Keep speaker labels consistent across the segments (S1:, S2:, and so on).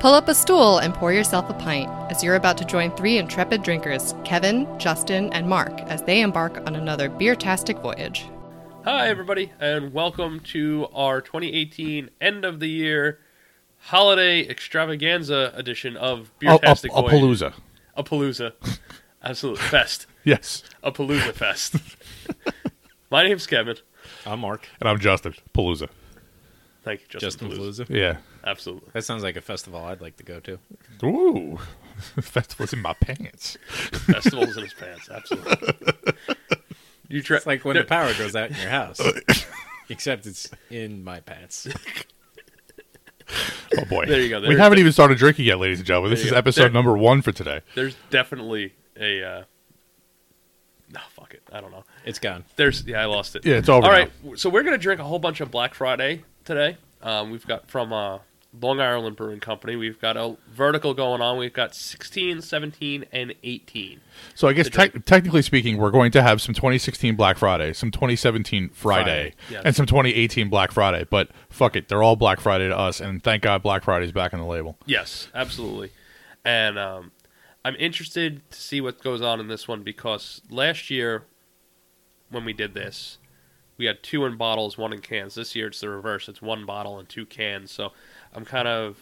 S1: Pull up a stool and pour yourself a pint as you're about to join three intrepid drinkers, Kevin, Justin, and Mark, as they embark on another beer-tastic voyage.
S2: Hi, everybody, and welcome to our 2018 end of the year holiday extravaganza edition of
S3: Oh, a,
S2: Beertastic
S3: a palooza.
S2: A palooza. Absolute fest.
S3: Yes.
S2: A palooza fest. My name's Kevin.
S4: I'm Mark.
S3: And I'm Justin. Palooza.
S2: Thank you, Justin.
S4: Justin
S2: Palooza.
S4: Palooza.
S3: Yeah.
S2: Absolutely.
S4: That sounds like a festival I'd like to go to.
S3: Ooh. Festival's in my pants.
S2: Festivals in his pants. Absolutely. You try.
S4: It's like when the power goes out in your house, except it's in my pants.
S3: Oh boy.
S2: There you go.
S3: we
S2: There's
S3: haven't
S2: the-
S3: even started drinking yet, ladies and gentlemen. This
S2: There you
S3: is
S2: go.
S3: episode
S2: There-
S3: number one for today.
S2: There's definitely a. Uh, no, fuck it. I don't know.
S4: It's gone.
S2: There's yeah, I lost it.
S3: Yeah, it's over
S2: All
S3: now.
S2: right, so we're gonna drink a whole bunch of Black Friday today. Um, we've got from uh, Long Island Brewing Company. We've got a vertical going on. We've got 16, 17, and 18.
S3: So I guess
S2: The drink.
S3: tec- technically speaking, we're going to have some 2016 Black Friday, some 2017 Friday,
S4: Friday,
S2: yes.
S3: and some 2018 Black Friday. But fuck it, they're all Black Friday to us, and thank God Black Friday's back on the label.
S2: Yes, absolutely. And um, I'm interested to see what goes on in this one because last year when we did this, we had two in bottles, one in cans. This year it's the reverse. It's one bottle and two cans. So I'm kind of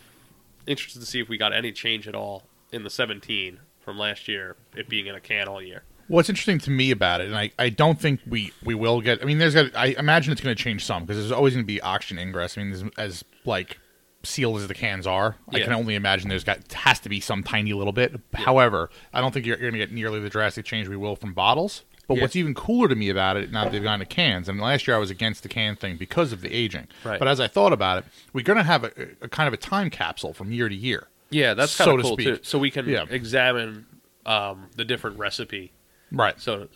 S2: interested to see if we got any change at all in the 17 from last year, it being in a can all year.
S3: What's interesting to me about it, and I, I don't think we, we will get. I mean, there's got. I imagine it's going to change some because there's always going to be oxygen ingress. I mean, as, as like sealed as the cans are, I
S2: Yeah.
S3: can only imagine there's got has to be some tiny little bit. However, I don't think you're, you're going to get nearly the drastic change we will from bottles. But
S2: Yeah.
S3: what's even cooler to me about it now that they've gone to cans. And last year I was against the can thing because of the aging.
S2: Right.
S3: But as I thought about it, we're going to have a, a kind of a time capsule from year to year.
S2: Yeah, that's
S3: So
S2: kind of
S3: to
S2: cool
S3: speak.
S2: too. So we can
S3: Yeah.
S2: examine um, the different recipe.
S3: Right.
S2: So,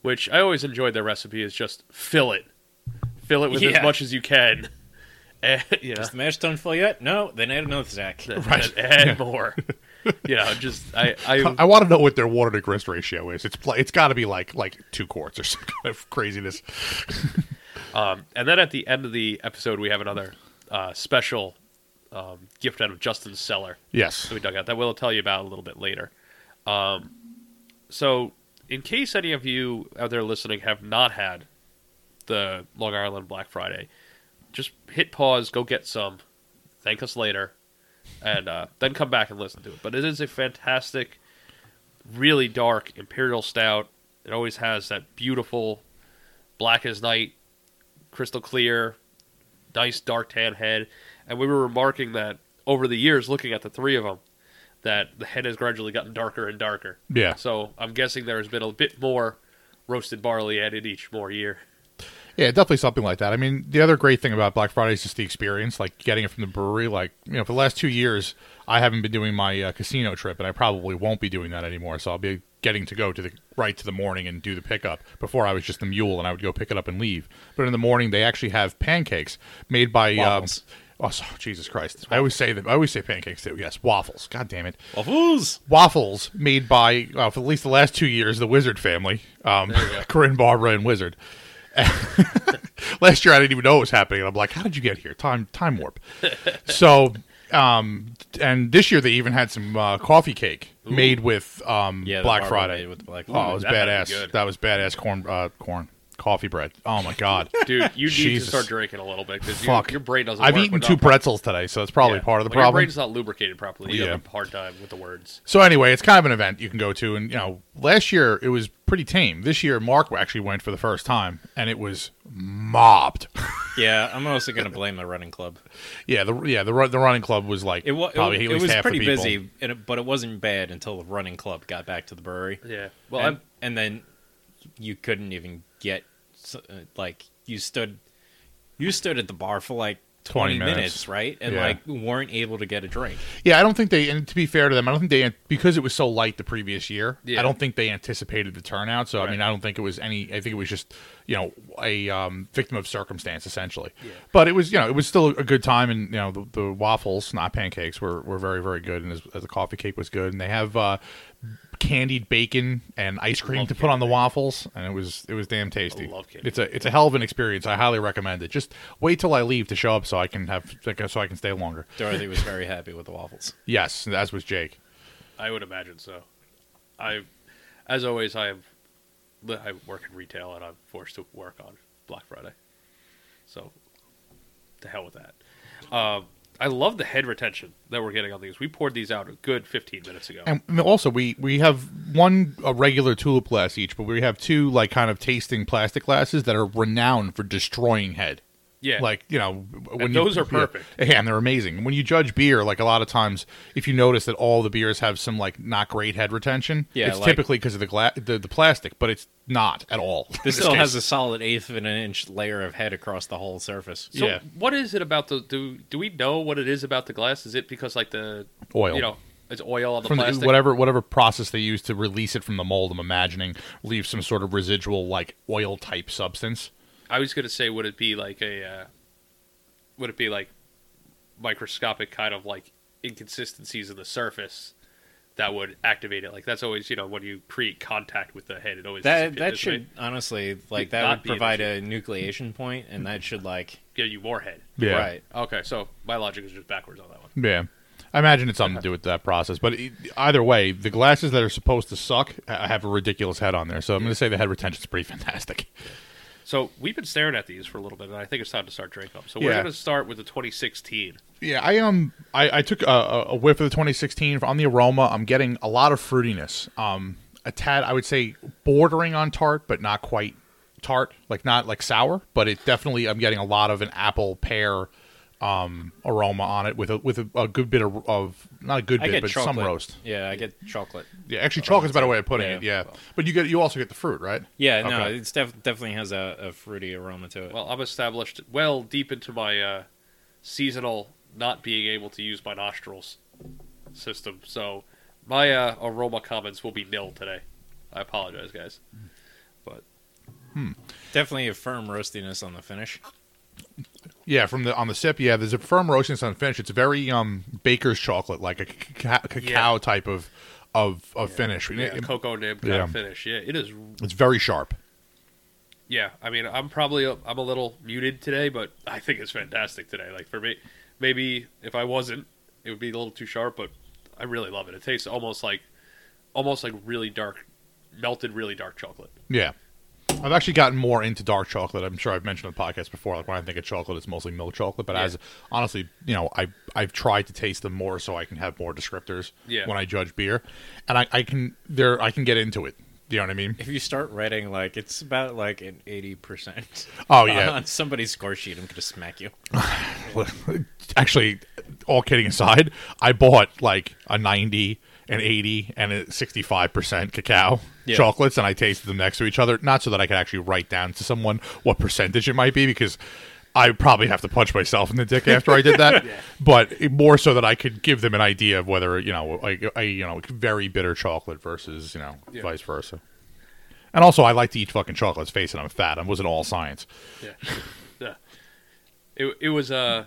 S2: which I always enjoyed their recipe is just fill it, fill it with
S4: Yeah.
S2: as much as you can, and you know,
S4: Is the mash done full yet? No. Then add another Zach.
S2: and-
S3: Right.
S2: and add more. you know, just I I,
S3: I want to know what their water to grist ratio is. It's pl- it's got to be like like two quarts or some kind of craziness.
S2: um, and then at the end of the episode we have another uh, special um, gift out of Justin's cellar.
S3: Yes.
S2: that we dug out that we'll tell you about a little bit later. Um, so, in case any of you out there listening have not had the Long Island Black Friday, just hit pause, go get some, thank us later, and uh, then come back and listen to it. But it is a fantastic, really dark Imperial Stout. It always has that beautiful black as night, crystal clear, nice dark tan head. And we were remarking that over the years, looking at the three of them, that the head has gradually gotten darker and darker.
S3: Yeah.
S2: So I'm guessing there has been a bit more roasted barley added each more year.
S3: Yeah, definitely something like that. I mean, the other great thing about Black Friday is just the experience, like getting it from the brewery. Like, you know, for the last two years, I haven't been doing my uh, casino trip, and I probably won't be doing that anymore. So I'll be getting to go to the right to the morning and do the pickup. Before I was just the mule, and I would go pick it up and leave. But in the morning, they actually have pancakes made by. Um,
S4: Waffles.
S3: oh, so- Jesus Christ! I always say that. I always say pancakes too. Yes, waffles. God damn it.
S4: Waffles.
S3: waffles made by uh, for at least the last two years the Wizard family, um, Corinne, Barbara, and Wizard. last year I didn't even know it was happening, and I'm like, "How did you get here? Time time warp." so, um, and this year they even had some uh, coffee cake made with um,
S4: Yeah, the
S3: Black
S4: Barbara
S3: Friday.
S4: made with the Black
S3: oh, it was
S2: Ooh, that might be
S3: badass.
S2: good.
S3: That was badass corn uh, corn coffee bread. Oh my god.
S2: Dude, you need
S3: Jesus.
S2: to start drinking a little bit because your,
S3: Fuck.
S2: your brain doesn't
S3: I've
S2: work
S3: eaten
S2: with
S3: two
S2: not-
S3: pretzels today, so that's probably
S2: Yeah.
S3: part of the
S2: When Your
S3: problem.
S2: brain's not lubricated properly. You
S3: Yeah.
S2: have a hard time with the words.
S3: So anyway, it's kind of an event you can go to, and you know, last year it was pretty tame. This year, Mark actually went for the first time, and it was mobbed.
S4: Yeah, I'm also gonna blame the running club.
S3: yeah, the yeah the run- the running club was like
S4: It, wa-
S3: probably
S4: it,
S3: at
S4: it
S3: least
S4: was
S3: half the
S4: pretty
S3: people.
S4: busy, and it, but it wasn't bad until the running club got back to the brewery.
S2: Yeah. Well,
S4: and,
S2: I'm,
S4: and then you couldn't even get s- uh, like you stood you stood at the bar for like
S3: 20
S4: 20,
S3: minutes.
S4: minutes. right and
S3: Yeah.
S4: like weren't able to get a drink
S3: Yeah, I don't think they. And to be fair to them, I don't think they because it was so light the previous year.
S2: Yeah.
S3: I don't think they anticipated the turnout. So I
S2: Right.
S3: mean, I don't think it was any. I think it was just you know a um, victim of circumstance essentially.
S2: Yeah.
S3: But it was you know it was still a good time, and you know the, the waffles, not pancakes, were were very very good, and as, as the coffee cake was good, and they have. uh candied bacon and ice cream
S2: Love
S3: to put
S2: candied
S3: on the waffles, and it was it was damn tasty.
S2: I love candied
S3: it's a it's a hell of an experience. I highly recommend it. Just wait till I leave to show up so I can have so I can stay longer.
S4: Dorothy was very happy with the waffles.
S3: Yes, as was Jake.
S2: I would imagine so. I, as always, I am. I work in retail, and I'm forced to work on Black Friday. So, to hell with that. Um, I love the head retention that we're getting on these. We poured these out a good 15 minutes ago.
S3: And also, we we have one a regular tulip glass each, but we have two like kind of tasting plastic glasses that are renowned for destroying head.
S2: yeah,
S3: Like you know, when
S2: And
S3: you-
S2: those are
S3: yeah.
S2: perfect.
S3: Yeah, and they're amazing. When you judge beer, like a lot of times, if you notice that all the beers have some like not great head retention,
S4: Yeah,
S3: it's
S4: like-
S3: typically because of the, gla- the the plastic, but it's not at all.
S4: This still has a solid eighth of an inch layer of head across the whole surface.
S2: So
S3: yeah.
S2: what is it about the do do we know what it is about the glass? Is it because like the
S3: Oil.
S2: You know, it's oil on the
S3: from the-
S2: plastic.
S3: whatever whatever process they use to release it from the mold. I'm imagining leaves some sort of residual like oil type substance.
S2: I was gonna say, would it be like a uh, would it be like microscopic kind of like inconsistencies in the surface that would activate it? Like that's always you know when you create contact with the head, it always
S4: That
S2: doesn't get
S4: that
S2: this
S4: should
S2: way,
S4: honestly like
S2: Would
S4: that
S2: not
S4: would
S2: be an
S4: provide a nucleation point, and that should like
S2: give you more head.
S4: right.
S2: Okay, so my logic is just backwards on that one.
S3: Yeah. I imagine it's something to do with that process, but e either way, the glasses that are supposed to suck uh, have a ridiculous head on there. So I'm going to say the head retention's pretty fantastic.
S2: So we've been staring at these for a little bit, and I think it's time to start drinking them. So we're
S3: Yeah.
S2: gonna start with the 2016.
S3: Yeah, I um, I, I took a- a, a whiff of the 2016 on the aroma. I'm getting a lot of fruitiness. Um, a tad, I would say, bordering on tart, but not quite tart. Like not like sour, but it definitely. I'm getting a lot of an apple pear um aroma on it with a with a, a good bit of, of not a good
S4: I
S3: bit,
S4: get
S3: but
S4: chocolate.
S3: some roast.
S4: Yeah, I get chocolate.
S3: Yeah, actually, chocolate's a better way of putting it.
S4: Yeah.
S3: Yeah, but you get you also get the fruit, right?
S4: Yeah, no,
S3: Okay.
S4: it's def- definitely has a, a fruity aroma to it.
S2: Well, I'm established well deep into my uh, seasonal not being able to use my nostrils system, so my uh, aroma comments will be nil today. I apologize, guys. But
S4: definitely a firm roastiness on the finish.
S3: Yeah, from the on the sip, yeah, there's a firm roastiness on the finish. It's very um baker's chocolate, like a cacao, cacao type of of of finish.
S2: yeah,
S3: It-
S2: cocoa nib kind
S3: yeah.
S2: of finish. Yeah, it is.
S3: it's very sharp.
S2: Yeah, I mean, I'm probably i I'm a little muted today, but I think it's fantastic today. Like for me, maybe if I wasn't, it would be a little too sharp, but I really love it. It tastes almost like almost like really dark, melted, really dark chocolate.
S3: Yeah, I've actually gotten more into dark chocolate. I'm sure I've mentioned on the podcast before. Like when I think of chocolate, it's mostly milk chocolate. But
S2: Yeah.
S3: as honestly, you know, I I've tried to taste them more so I can have more descriptors
S2: Yeah.
S3: when I judge beer, and I, I can there I can get into it. You know what I mean?
S4: If you start writing like it's about like an eighty percent.
S3: Oh, yeah.
S4: on somebody's score sheet, I'm gonna smack you.
S3: actually, all kidding aside, I bought like a 90, an 80, and a 65% cacao
S4: Yeah.
S3: chocolates, and I tasted them next to each other, not so that I could actually write down to someone what percentage it might be, because I would probably have to punch myself in the dick after I did that, but it- more so that I could give them an idea of whether, you know, like a, you know, very bitter chocolate versus, you know,
S2: Yeah.
S3: vice versa. And also, I like to eat fucking chocolates. Face it, I'm fat. I wasn't all science.
S2: Yeah. yeah. It, it was a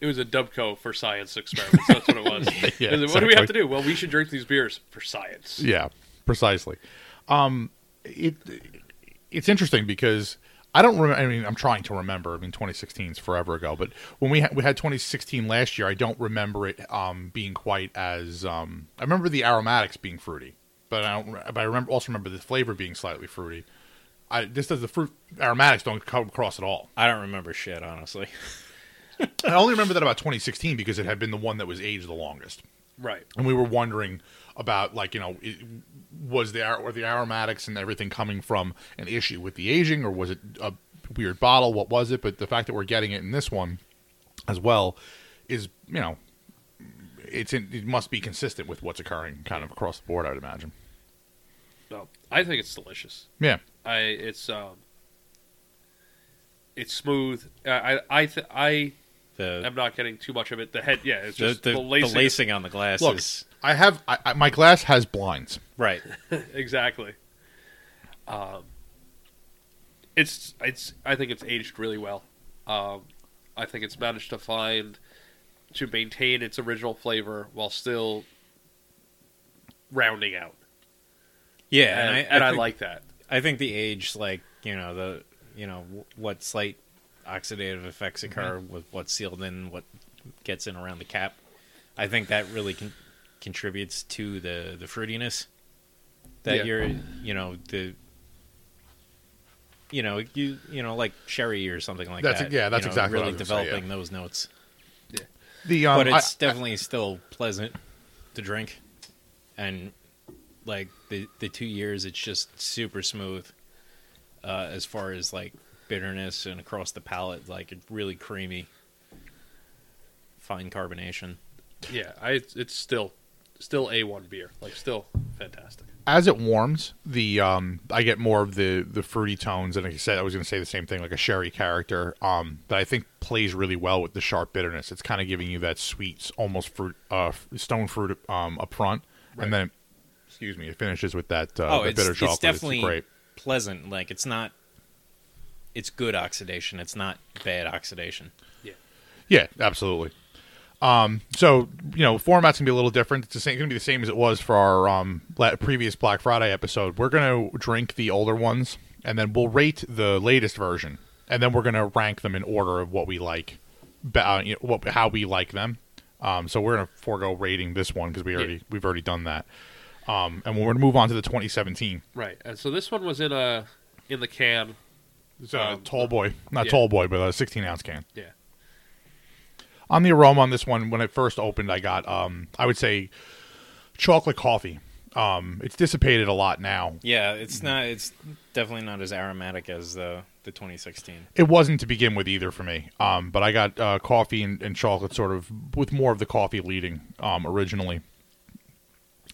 S2: it was a Dubco for science experiment. so That's what it was.
S3: yeah,
S2: What do we
S3: exactly.
S2: have to do? Well, we should drink these beers for science.
S3: Yeah, precisely. Um, it it's interesting because I don't remember. I mean, I'm trying to remember. I mean, 2016 is forever ago, but when we ha- we had 2016 last year, I don't remember it um, being quite as. Um, I remember the aromatics being fruity, but I don't. re- But I remember also remember the flavor being slightly fruity. I, this does the fruit aromatics don't come across at all.
S4: I don't remember shit, honestly.
S3: I only remember that about 2016 because it had been the one that was aged the longest.
S2: Right.
S3: and we were wondering about like you know it, was the ar- were the aromatics and everything coming from an issue with the aging or was it a weird bottle what was it but the fact that we're getting it in this one as well is you know it's in, it must be consistent with what's occurring kind of across the board i would imagine
S2: No, I think it's delicious.
S3: yeah
S2: I it's um it's smooth. Uh, I I th- I
S4: The
S2: am not getting too much of it. The head, yeah, it's
S4: the,
S2: just
S4: the, the lacing.
S2: lacing.
S4: on the glass
S3: look
S4: is
S3: i have I, I, my glass has blinds
S4: right.
S2: exactly. Um, it's it's I think it's aged really well. Um, I think it's managed to find to maintain its original flavor while still rounding out
S4: Yeah,
S2: and,
S4: and, I,
S2: and I
S4: think-
S2: like that.
S4: I think the age, like you know the you know wh- what slight oxidative effects
S3: Mm-hmm.
S4: occur with what's sealed in, what gets in around the cap. I think that really con- contributes to the the fruitiness that
S2: Yeah.
S4: you're you know the you know you you know like sherry or something like
S3: That's- e-,
S4: that.
S3: yeah,
S4: you
S3: that's
S4: know,
S3: exactly what I
S4: really
S3: was gonna say,
S4: developing those notes.
S3: The um,
S4: but
S3: I-
S4: it's definitely still pleasant to drink, and like the the two years, it's just super smooth. Uh, as far as like bitterness and across the palate, like it's really creamy, fine carbonation.
S2: Yeah, I it's, it's still still a one beer, like still fantastic.
S3: as it warms, the um, I get more of the the fruity tones, and like I said, I was going to say the same thing, like a sherry character. Um, that I think plays really well with the sharp bitterness. It's kind of giving you that sweet, almost fruit, uh, f- stone fruit um up front, and then, excuse me, it finishes with that uh,
S4: oh,
S3: the
S4: it's,
S3: bitter
S4: it's
S3: chocolate.
S4: definitely
S3: great.
S4: pleasant. Like it's not, it's good oxidation. It's not bad oxidation.
S2: Yeah,
S3: Yeah, absolutely. Um, so you know, format's gonna be a little different. It's the same, gonna be the same as it was for our um la- previous Black Friday episode. We're gonna drink the older ones, and then we'll rate the latest version, and then we're gonna rank them in order of what we like, ba- uh, you know, what how we like them. Um, so we're gonna forego rating this one because we already we've already done that. Um, and we're gonna move on to the 2017.
S2: right. And so this one was in a in the can.
S3: It's a
S2: Um,
S3: tall boy, not
S2: yeah.
S3: tall boy, but a 16 ounce can.
S2: Yeah,
S3: on the aroma on this one when it first opened i got um i would say chocolate coffee um it's dissipated a lot now
S4: Yeah, it's
S3: Mm-hmm.
S4: not. It's definitely not as aromatic as the the 2016.
S3: it wasn't to begin with either for me um but i got uh coffee and, and chocolate sort of with more of the coffee leading um originally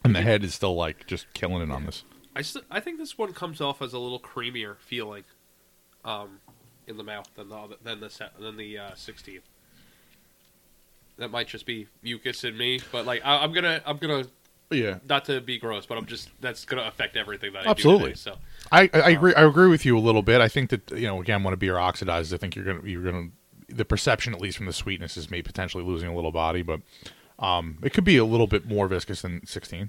S3: and the head is still like just killing it on this
S2: I st- I think this one comes off as a little creamier feeling, um, in the mouth than the other, than the se- than the uh, 16. That might just be mucus in me, but like I, I'm gonna I'm gonna
S3: yeah
S2: not to be gross, but I'm just that's gonna affect everything that I
S3: Absolutely.
S2: do. Absolutely. So
S3: I, I agree. I agree with you a little bit. I think that you know, again, when a beer oxidizes, I think you're gonna you're gonna the perception, at least from the sweetness, is may potentially losing a little body, but um, it could be a little bit more viscous than 16.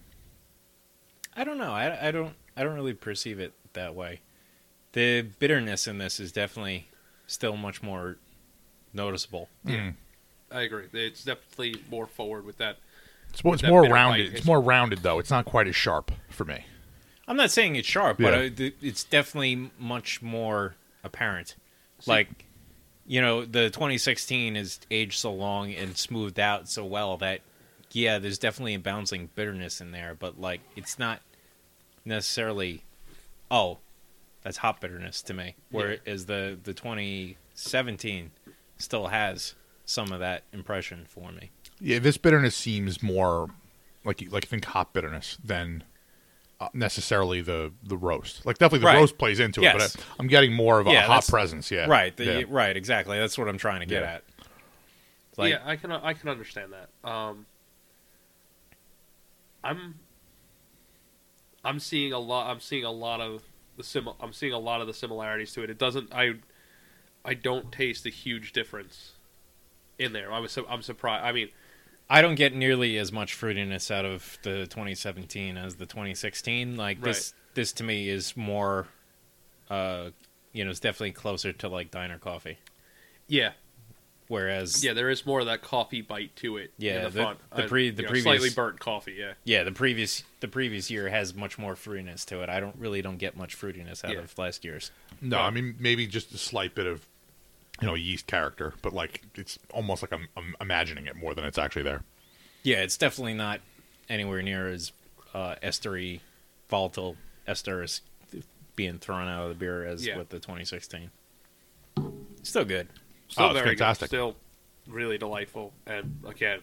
S4: I don't know. I, I don't. I don't really perceive it that way. The bitterness in this is definitely still much more noticeable.
S3: Mm.
S2: I agree. It's definitely more forward with that.
S3: It's, more- it's
S2: That
S3: more
S2: bitter
S3: rounded.
S2: bite
S3: It's
S2: is-
S3: more rounded though. It's not quite as sharp for me.
S4: I'm not saying it's sharp,
S3: Yeah.
S4: but I- th- it's definitely much more apparent. Like, you know, the 2016 is aged so long and smoothed out so well that, yeah, there's definitely a bouncing bitterness in there, but like, it's not necessarily, oh, that's hop bitterness to me. Whereas the the 2017 still has some of that impression for me.
S3: Yeah, this bitterness seems more like you- like think hop bitterness than uh, necessarily the the roast. Like definitely the
S4: Right.
S3: roast plays into it,
S4: Yes.
S3: but I, am getting more of a
S4: Yeah,
S3: hop
S4: that's-
S3: presence. Yeah,
S4: Right. The,
S3: yeah.
S4: Right. Exactly. That's what I'm trying to get
S3: Yeah.
S4: at. Like,
S2: yeah, I can I can understand that. Um, I'm I'm seeing a lot. I'm seeing a lot of the sim. I'm seeing a lot of the similarities to it. It doesn't. I I don't taste a huge difference in there. I was. su- I'm surprised. I mean,
S4: I don't get nearly as much fruitiness out of the 2017 as the 2016. Like this, this to me is more, uh, you know, it's definitely closer to like diner coffee.
S2: yeah,
S4: Whereas,
S2: yeah. There is more of that coffee bite to it.
S4: Yeah,
S2: in the,
S4: the-
S2: front.
S4: the
S2: Uh,
S4: pre-
S2: you
S4: the
S2: know,
S4: previous-
S2: slightly burnt coffee. Yeah,
S4: yeah, the previous the previous year has much more fruitiness to it. I don't really don't get much fruitiness out
S2: Yeah.
S4: of last year's.
S3: No,
S2: Right.
S3: I mean maybe just a slight bit of you know yeast character, but like it's almost like I'm, I'm imagining it more than it's actually there.
S4: Yeah, it's definitely not anywhere near as uh, estery, volatile ester is being thrown out of the beer as
S2: Yeah.
S4: with the 2016. Still good.
S2: still
S3: Oh, it's
S2: very good,
S3: fantastic.
S2: Still really delightful. And again,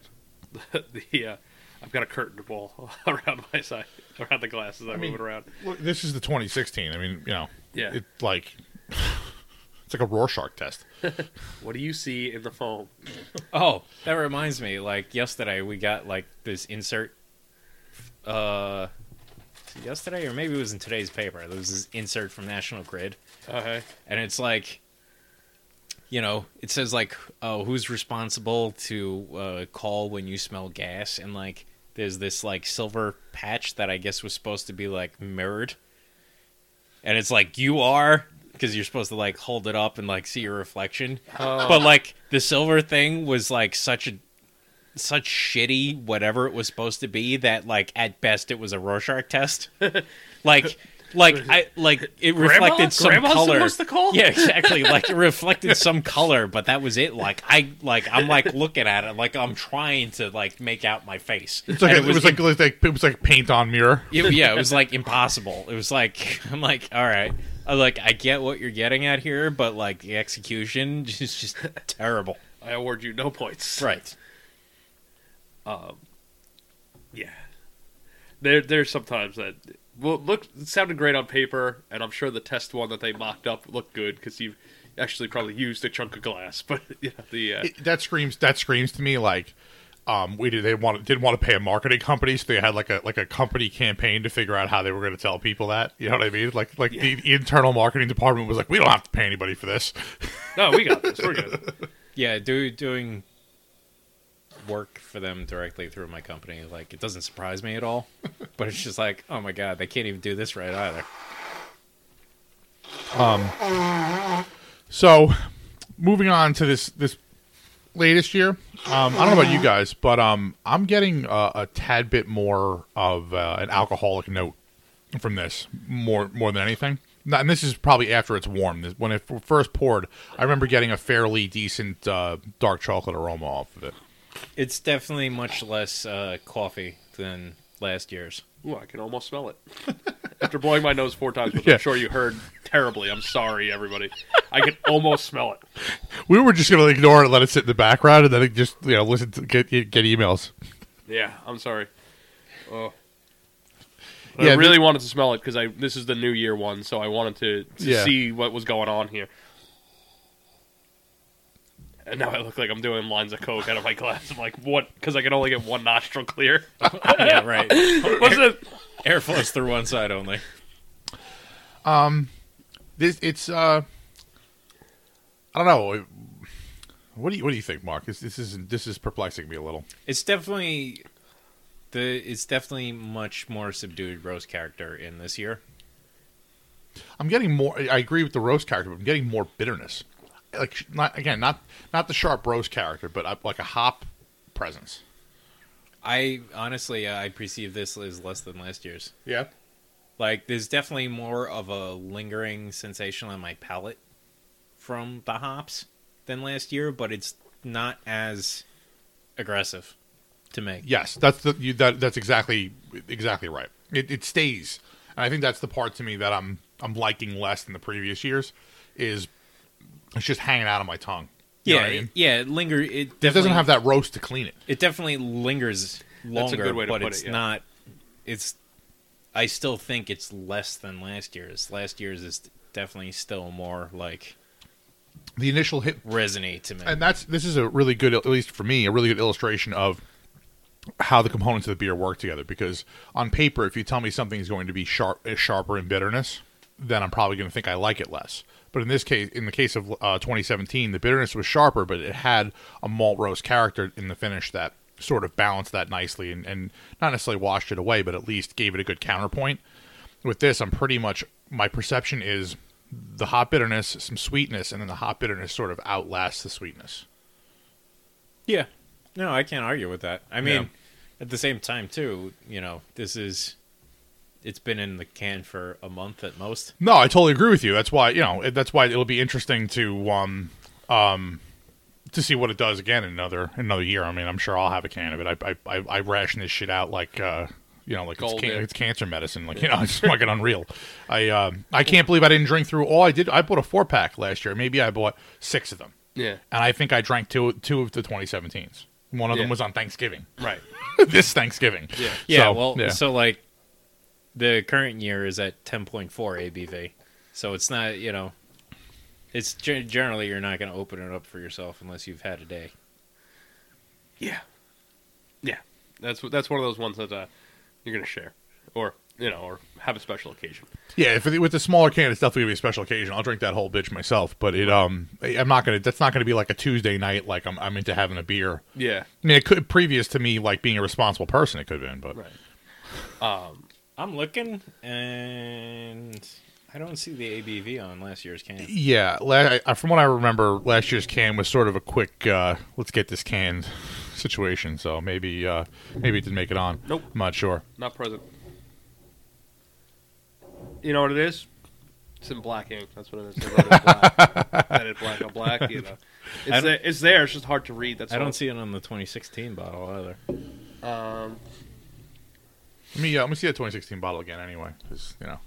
S2: the uh, I've got a curtain wall around my side, around the glasses. I'm
S3: mean,
S2: moving around.
S3: Look, this is the 2016. I mean, you know,
S2: Yeah.
S3: it's like it's like a Rorschach test.
S2: What do you see in the foam?
S4: Oh, that reminds me. Like yesterday, we got like this insert. Uh, yesterday or maybe it was in today's paper. There was this insert from National Grid,
S2: Okay.
S4: and it's like, you know, it says like, oh, who's responsible to uh, call when you smell gas? And like, there's this like silver patch that I guess was supposed to be like mirrored, and it's like you are because you're supposed to like hold it up and like see your reflection.
S2: Oh.
S4: But like the silver thing was like such a such shitty whatever it was supposed to be that like at best it was a Rorschach test. like like I like it reflected some
S2: Grandma's
S4: color.
S2: supposed to call?
S4: Yeah, exactly. Like it reflected some color, but that was it. Like I like I'm like looking at it like I'm trying to like make out my face.
S3: It's like it,
S4: And
S3: was, like, like, like it was like paint on mirror.
S4: it- yeah, it was like impossible. It was like I'm like, all right, I like I get what you're getting at here, but like the execution is just terrible.
S2: I award you no points.
S4: Right.
S2: Yeah. There, there's sometimes that well, look it sounded great on paper, and I'm sure the test one that they mocked up looked good because you actually probably used a chunk of glass. But yeah, the uh,
S3: It- that screams that screams to me like um, we did, they wanted, didn't want to pay a marketing company, so they had like a like a company campaign to figure out how they were going to tell people that. You know what I mean? Like like the internal marketing department was like, we don't have to pay anybody for this.
S2: no, we got this. We're good.
S4: Yeah, do doing work for them directly through my company. Like it doesn't surprise me at all, but it's just like, oh my god, they can't even do this right either.
S3: So, moving on to this this latest year, um, I don't know about you guys, but um, I'm getting uh, a tad bit more of uh, an alcoholic note from this more more than anything. Now- And this is probably after it's warm. This- When it f- first poured, I remember getting a fairly decent uh, dark chocolate aroma off of it.
S4: It's definitely much less uh, coffee than last year's.
S2: Ooh, I can almost smell it. After blowing my nose four times, which
S3: Yeah.
S2: I'm sure you heard terribly. I'm sorry, everybody. I can almost smell it.
S3: We were just gonna ignore it, let it sit in the background, and then it just you know listen to get get emails.
S2: Yeah, I'm sorry. Oh. But
S3: Yeah,
S2: I
S3: the-
S2: really wanted to smell it because I this is the new year one, so I wanted to, to
S3: Yeah.
S2: see what was going on here. And now I look like I'm doing lines of coke out of my glass. I'm like, what? Because I can only get one nostril clear.
S4: yeah, right.
S2: What's it?
S4: Air flows through one side only.
S3: This it's uh, I don't know. What do you what do you think, Mark? This this is this is perplexing me a little.
S4: It's definitely the it's definitely much more subdued roast character in this year.
S3: I'm getting more. I agree with the roast character, but I'm getting more bitterness. Like not again, not not the sharp roast character, but uh, like a hop presence.
S4: I honestly uh, I perceive this as less than last year's.
S3: Yeah.
S4: Like there's definitely more of a lingering sensation on my palate from the hops than last year, but it's not as aggressive to me.
S3: Yes, that's the you, that that's exactly exactly right. It, it stays, and I think that's the part to me that I'm I'm liking less than the previous years is it's just hanging out on my tongue. You know
S4: yeah,
S3: what I mean?
S4: it- yeah, it linger it definitely
S3: it doesn't have that roast to clean it.
S4: it definitely lingers longer,
S2: a good way to
S4: but
S2: put
S4: it's
S2: it, yeah.
S4: not. It's. I still think it's less than last year's. Last year's is definitely still more like
S3: The initial hit
S4: resonate to me.
S3: and that's this is a really good at least for me a really good illustration of how the components of the beer work together because on paper if you tell me something is going to be sharp is sharper in bitterness then i'm probably going to think i like it less but in this case in the case of uh, 2017 the bitterness was sharper but it had a malt roast character in the finish that sort of balanced that nicely and, and not necessarily washed it away but at least gave it a good counterpoint with this, I'm pretty much my perception is the hot bitterness, some sweetness, and then the hot bitterness sort of outlasts the sweetness.
S4: yeah. No, I can't argue with that. I mean,
S3: Yeah.
S4: at the same time, too, you know, this is. It's been in the can for a month at most.
S3: No, I totally agree with you. That's why you know that's why it'll be interesting to um um to see what it does again in another in another year. I mean, I'm sure I'll have a can of it. I I I, I ration this shit out like. uh you know, like it's,
S2: Gold
S3: can-
S2: dip.
S3: it's cancer medicine. Like you know, it's fucking unreal. I um, I can't believe I didn't drink through all I did. I bought a four pack last year. Maybe I bought six of them,
S2: Yeah,
S3: and I think I drank two two of the 2017s. One of them
S2: Yeah.
S3: was on Thanksgiving.
S2: right.
S3: this Thanksgiving.
S2: Yeah.
S4: Yeah,
S3: So,
S4: well,
S3: yeah.
S4: so like the current year is at 10.4 ABV. So it's not, you know, it's gen- generally you're not going to open it up for yourself unless you've had a day.
S2: Yeah, yeah. That's that's one of those ones that uh, you're gonna share, or you know, or have a special occasion.
S3: Yeah, if it, with the smaller can, it's definitely gonna be a special occasion. I'll drink that whole bitch myself, but it um, I- I'm not gonna. That's not gonna be like a Tuesday night. Like I'm, I'm into having a beer.
S2: Yeah,
S3: I mean, it could previous to me like being a responsible person. It could have been, but
S2: right.
S4: I'm looking, and I don't see the ABV on last year's can.
S3: yeah. La- I, from what I remember, last year's can was sort of a quick uh, "let's get this canned" situation. So maybe uh, maybe it didn't make it on.
S2: Nope.
S3: I'm not sure.
S2: Not present. You know what it is? It's in black ink. That's what it is. They wrote it in black. Had it black on black. You know,
S4: I
S2: it's, there, it's there. It's just hard to read. That's
S4: I
S2: all.
S4: don't see it on the 2016 bottle either.
S2: Um,
S3: Let me uh, let me see that 2016 bottle again. Anyway, 'cause, you know,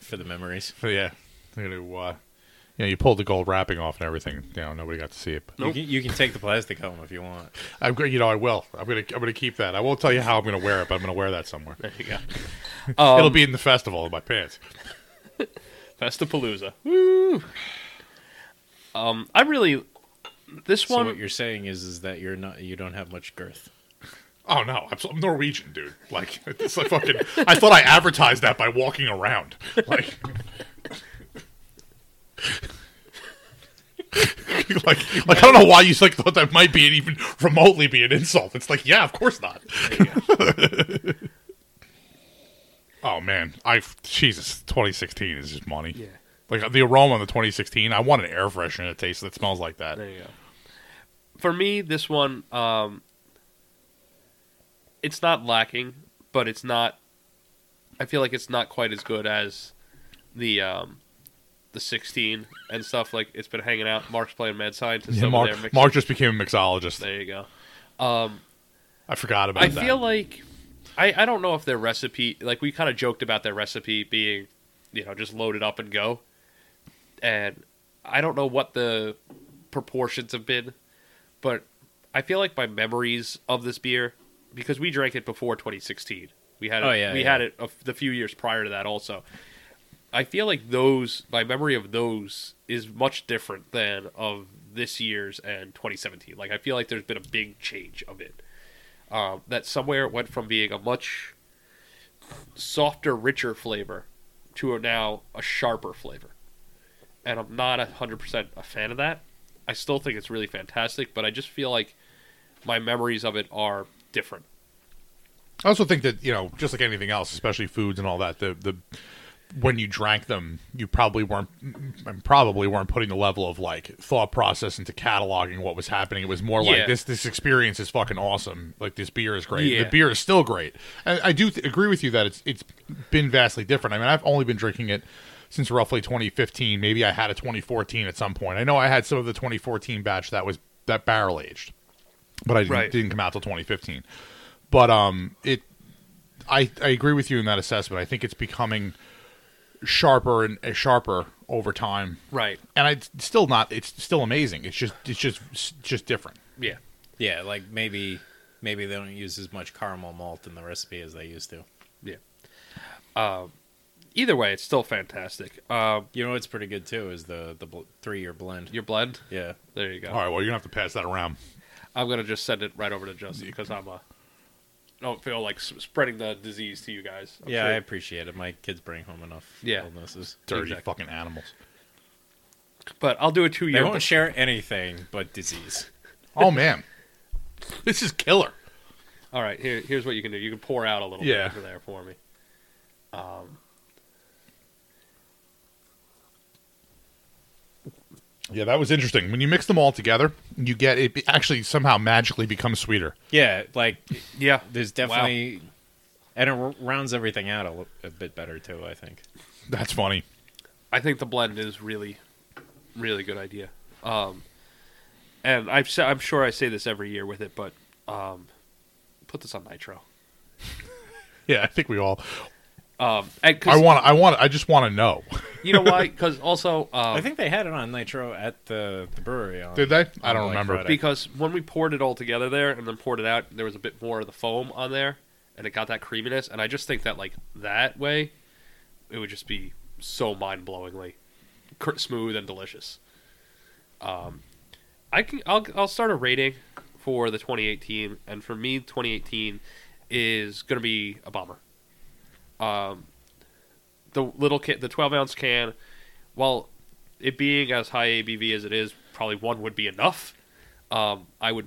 S4: For the memories,
S3: but yeah, I'm gonna. Uh, you know, you pulled the gold wrapping off and everything. You know, nobody got to see it. but-
S2: Nope.
S4: you, can, you can take the plastic home if you want.
S3: I'm go- you know I will. I'm gonna I'm gonna keep that. I won't tell you how I'm gonna wear it, but I'm gonna wear that somewhere.
S2: there you go. Um,
S3: It'll be in the festival in my pants.
S2: Festapalooza. Woo! Um, I really this
S4: So
S2: one.
S4: what you're saying is, is that you're not, you don't have much girth.
S3: Oh no, I'm, so- I'm Norwegian, dude. Like it's like fucking. I thought I advertised that by walking around. Like. like, like I don't know why you like thought that might be an even remotely be an insult. It's like, yeah, of course not. oh man, I Jesus, 2016 is just money.
S2: Yeah.
S3: Like the aroma on the 2016, I want an air freshener that tastes that smells like that.
S2: There you go. For me, this one, um, it's not lacking, but it's not. I feel like it's not quite as good as the um, the sixteen and stuff. Like it's been hanging out. Mark's playing mad scientist
S3: Yeah,
S2: over
S3: Mark,
S2: there. mixing-
S3: Mark just became a mixologist.
S2: There you go.
S3: I forgot about
S2: I
S3: that.
S2: feel like I I don't know if their recipe. Like we kind of joked about their recipe being, you know, just load it up and go. And I don't know what the proportions have been, but I feel like my memories of this beer because we drank it before 2016. We had it,
S4: Oh, yeah,
S2: we
S4: yeah.
S2: had it a, the few years prior to that also. I feel like those my memory of those is much different than of this year's and 2017. Like I feel like there's been a big change of it. Um, that somewhere it went from being a much softer, richer flavor to a now a sharper flavor. And I'm not 100% a fan of that. I still think it's really fantastic, but I just feel like my memories of it are different.
S3: I also think that you know, just like anything else, especially foods and all that, the the when you drank them, you probably weren't and probably weren't putting the level of like thought process into cataloging what was happening. It was more
S2: Yeah.
S3: like this this experience is fucking awesome. Like this beer is great.
S2: Yeah.
S3: The beer is still great. And I do th- agree with you that it's it's been vastly different. I mean, I've only been drinking it since roughly 2015. Maybe I had a 2014 at some point. I know I had some of the 2014 batch that was that barrel aged, but I didn't,
S2: Right.
S3: didn't come out till 2015. But um, it I, I agree with you in that assessment. I think it's becoming sharper and uh, sharper over time.
S2: Right.
S3: And I it's still not. It's still amazing. It's just it's just it's just different.
S2: Yeah.
S4: Yeah, like maybe, maybe they don't use as much caramel malt in the recipe as they used to.
S2: Yeah. Um, either way, it's still fantastic. Um,
S4: You know what's pretty good too is the the bl- three year blend.
S2: your blend,
S4: Yeah,
S2: there you go.
S3: All right. Well, you're gonna have to pass that around.
S2: I'm gonna just send it right over to Justin because I'm a. I don't feel like s- spreading the disease to you guys. I'm
S4: yeah,
S2: Oh, sure-
S4: I appreciate it. My kids bring home enough
S2: Yeah.
S4: illnesses.
S3: Dirty
S2: Exactly.
S3: fucking animals.
S2: but I'll do a two
S4: They
S2: year.
S4: won't share anything but disease.
S3: Oh man, this is killer.
S2: All right, here, here's what you can do. You can pour out a little
S3: Yeah.
S2: bit over there for me. Um,
S3: Yeah, that was interesting. When you mix them all together, you get it be- actually somehow magically becomes sweeter.
S4: Yeah, like
S2: yeah,
S4: there's definitely, and it r- rounds everything out a, li- a bit better too. I think.
S3: That's funny.
S2: I think the blend is really, really good idea. Um, and I've sa- I'm sure I say this every year with it, but um, put this on nitro.
S3: Yeah, I think we all.
S2: Um, and 'cause
S3: I want. I want. I just want to know.
S2: you know why? Because also, um,
S4: I think they had it on nitro at the, the brewery. On,
S3: Did they? I
S4: on
S3: don't
S4: Black
S3: remember.
S4: Friday.
S2: because when we poured it all together there and then poured it out, there was a bit more of the foam on there, and it got that creaminess. And I just think that like that way, it would just be so mind blowingly cr- smooth and delicious. Um, I can I'll I'll start a rating for the 2018, and for me, 2018 is gonna be a bomber. the little can, the 12 ounce can, while it being as high ABV as it is, probably one would be enough. Um, I would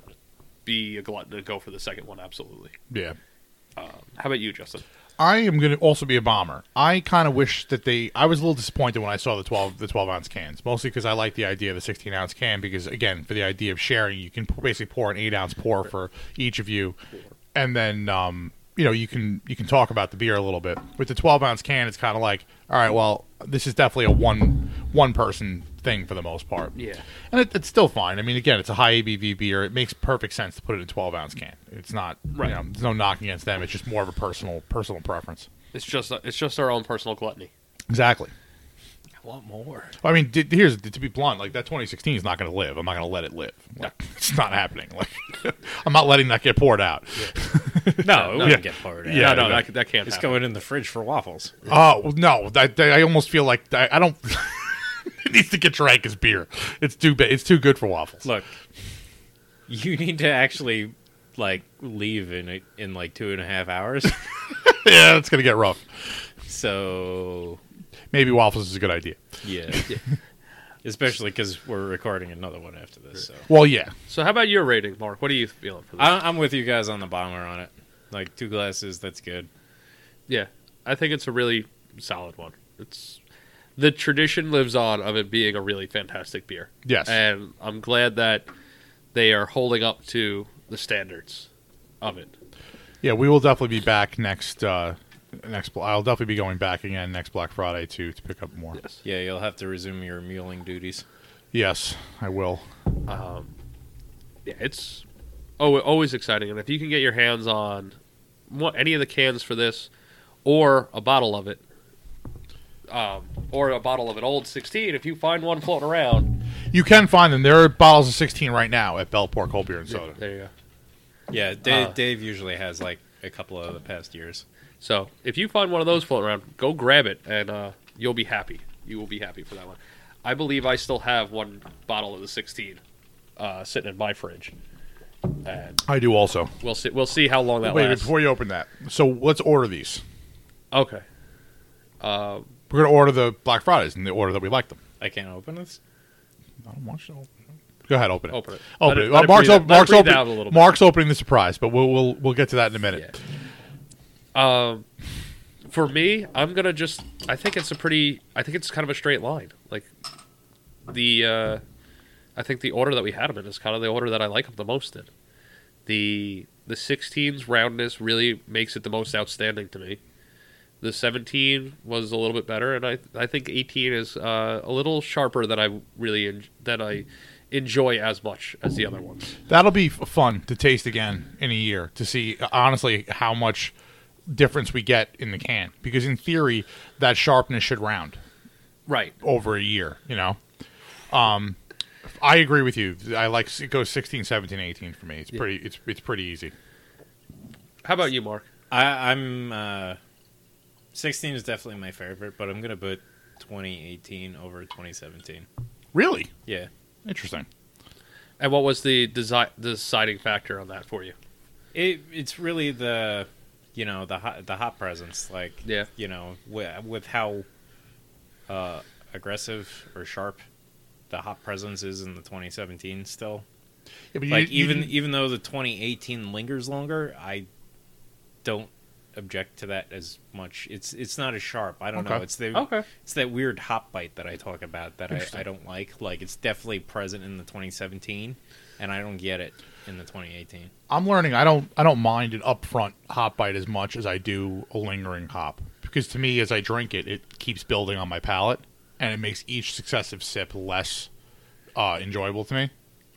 S2: be a glutton and go for the second one absolutely.
S3: Yeah.
S2: How about you, Justin?
S3: I am going to also be a bomber. I kind of wish that they. I was a little disappointed when I saw the twelve the twelve ounce cans, mostly because I like the idea of the sixteen ounce can because again, for the idea of sharing, you can p- basically pour an eight ounce pour for each of you, and then um, you know you can you can talk about the beer a little bit. With the twelve ounce can, it's kind of like, all right, well, this is definitely a one one person thing for the most part.
S2: Yeah.
S3: and it, it's still fine. I mean, again, it's a high ABV beer. It makes perfect sense to put it in a twelve ounce can. It's not
S2: Right.
S3: You know, there's no knock against them. It's just more of a personal personal preference.
S2: It's just it's just our own personal gluttony.
S3: Exactly.
S4: I want more.
S3: I mean, d here's to be blunt. Like that 2016 is not going to live. I'm not going to let it live. Like, It's not happening. Like I'm not letting that get poured out.
S4: No, it wouldn't get part of
S3: Yeah,
S2: no, no,
S3: yeah.
S2: that, that can't.
S4: It's
S2: happen.
S4: going in the fridge for waffles.
S3: Oh well, no, I, I almost feel like I, I don't. it needs to get drank as beer. It's too ba- It's too good for waffles.
S4: Look, you need to actually like leave in a, in like two and a half hours.
S3: yeah, it's going to get rough.
S4: so
S3: Maybe waffles is a good idea.
S4: yeah, especially because we're recording another one after this. So
S3: Well, yeah,
S2: So how about your rating, Mark? What are you feeling for this?
S4: I, I'm with you guys on the bomber on it. Like two glasses, that's good.
S2: yeah, I think it's a really solid one. It's the tradition lives on of it being a really fantastic beer.
S3: Yes.
S2: and I'm glad that they are holding up to the standards of it.
S3: yeah. We will definitely be back next. uh Next, bl- I'll definitely be going back again next Black Friday to to pick up more.
S2: Yes.
S4: Yeah, you'll have to resume your muling duties.
S3: Yes, I will.
S2: yeah, it's oh, always exciting. And if you can get your hands on mo- any of the cans for this, or a bottle of it, um, or a bottle of an old 16, if you find one floating around,
S3: You can find them. There are bottles of 16 right now at Bellport Cold Beer and Soda.
S2: there you go.
S4: Yeah, Dave,
S2: Uh.
S4: Dave usually has like a couple of the past years.
S2: So if you find one of those floating around, go grab it, and uh, you'll be happy. You will be happy for that one. I believe I still have one bottle of the 16 uh, sitting in my fridge, and
S3: I do also.
S2: we'll see. We'll see how long that
S3: Wait,
S2: lasts.
S3: before you open that, so let's order these.
S2: okay.
S3: We're gonna order the Black Fridays in the order that we like them.
S4: I can't open this.
S3: I don't want you to open it. Go ahead, open it.
S2: Open it.
S3: Open
S2: Let
S3: it.
S2: it-
S3: Well,
S2: let it
S3: Mark's,
S2: breathe
S3: op-
S2: out- let it
S3: Mark's,
S2: breathe
S3: open-
S2: out a little bit.
S3: Mark's opening the surprise, but we'll, we'll we'll get to that in a minute.
S2: for me, I'm gonna just. I think it's a pretty. I think it's kind of a straight line. Like the, uh, I think the order that we had them in is kind of the order that I like them the most. In the the 16's roundness really makes it the most outstanding to me. The 17 was a little bit better, and I I think 18 is uh, a little sharper than I really en- that I enjoy as much as the other ones.
S3: That'll be f- fun to taste again in a year to see uh, honestly how much difference we get in the can because in theory that sharpness should round.
S2: Right.
S3: over a year, you know. Um I agree with you. I like it goes 16, 17, 18 for me. It's pretty it's it's pretty easy.
S2: How about you, Mark?
S4: I, I'm uh, 16 is definitely my favorite, but I'm gonna put 2018 over 2017.
S3: Really?
S4: Yeah,
S3: Interesting.
S2: And what was the desi- deciding factor on that for you?
S4: it it's really the you know the hot, the hot presence, like
S2: Yeah.
S4: you know with, with how uh, aggressive or sharp the hot presence is in the 2017 still.
S3: Yeah, but you-
S4: Like
S3: you
S4: even
S3: didn't-
S4: even though the 2018 lingers longer, I don't object to that as much. It's it's not as sharp. I don't know.
S3: Okay.
S4: It's the
S2: Okay.
S4: it's that weird hop bite that I talk about that I,
S3: Interesting.
S4: I don't like. Like it's definitely present in the 2017, and I don't get it in the 2018.
S3: I'm learning I don't I don't mind an upfront hop bite as much as I do a lingering hop because to me as I drink it it keeps building on my palate and it makes each successive sip less uh, enjoyable to me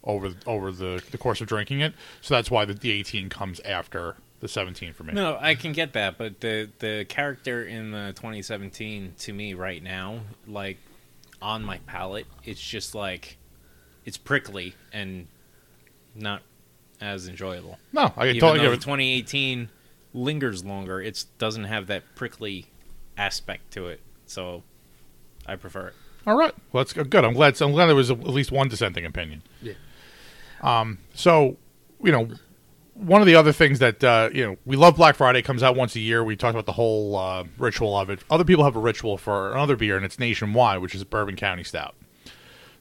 S3: over over the, the course of drinking it. So that's why the, the 18 comes after the 17 for me.
S4: No, I can get that, but the the character in the 2017 to me right now, like on my palate, it's just like it's prickly and not as enjoyable.
S3: No, I
S4: Even
S3: totally
S4: though
S3: get
S4: the
S3: it.
S4: 2018 lingers longer, it doesn't have that prickly aspect to it. So I prefer it.
S3: All right. Well, that's good. I'm glad. I'm glad there was at least one dissenting opinion.
S2: Yeah.
S3: So, you know, one of the other things that uh, you know we love Black Friday it comes out once a year. We talked about the whole uh, ritual of it. Other people have a ritual for another beer, and it's nationwide, which is Bourbon County Stout.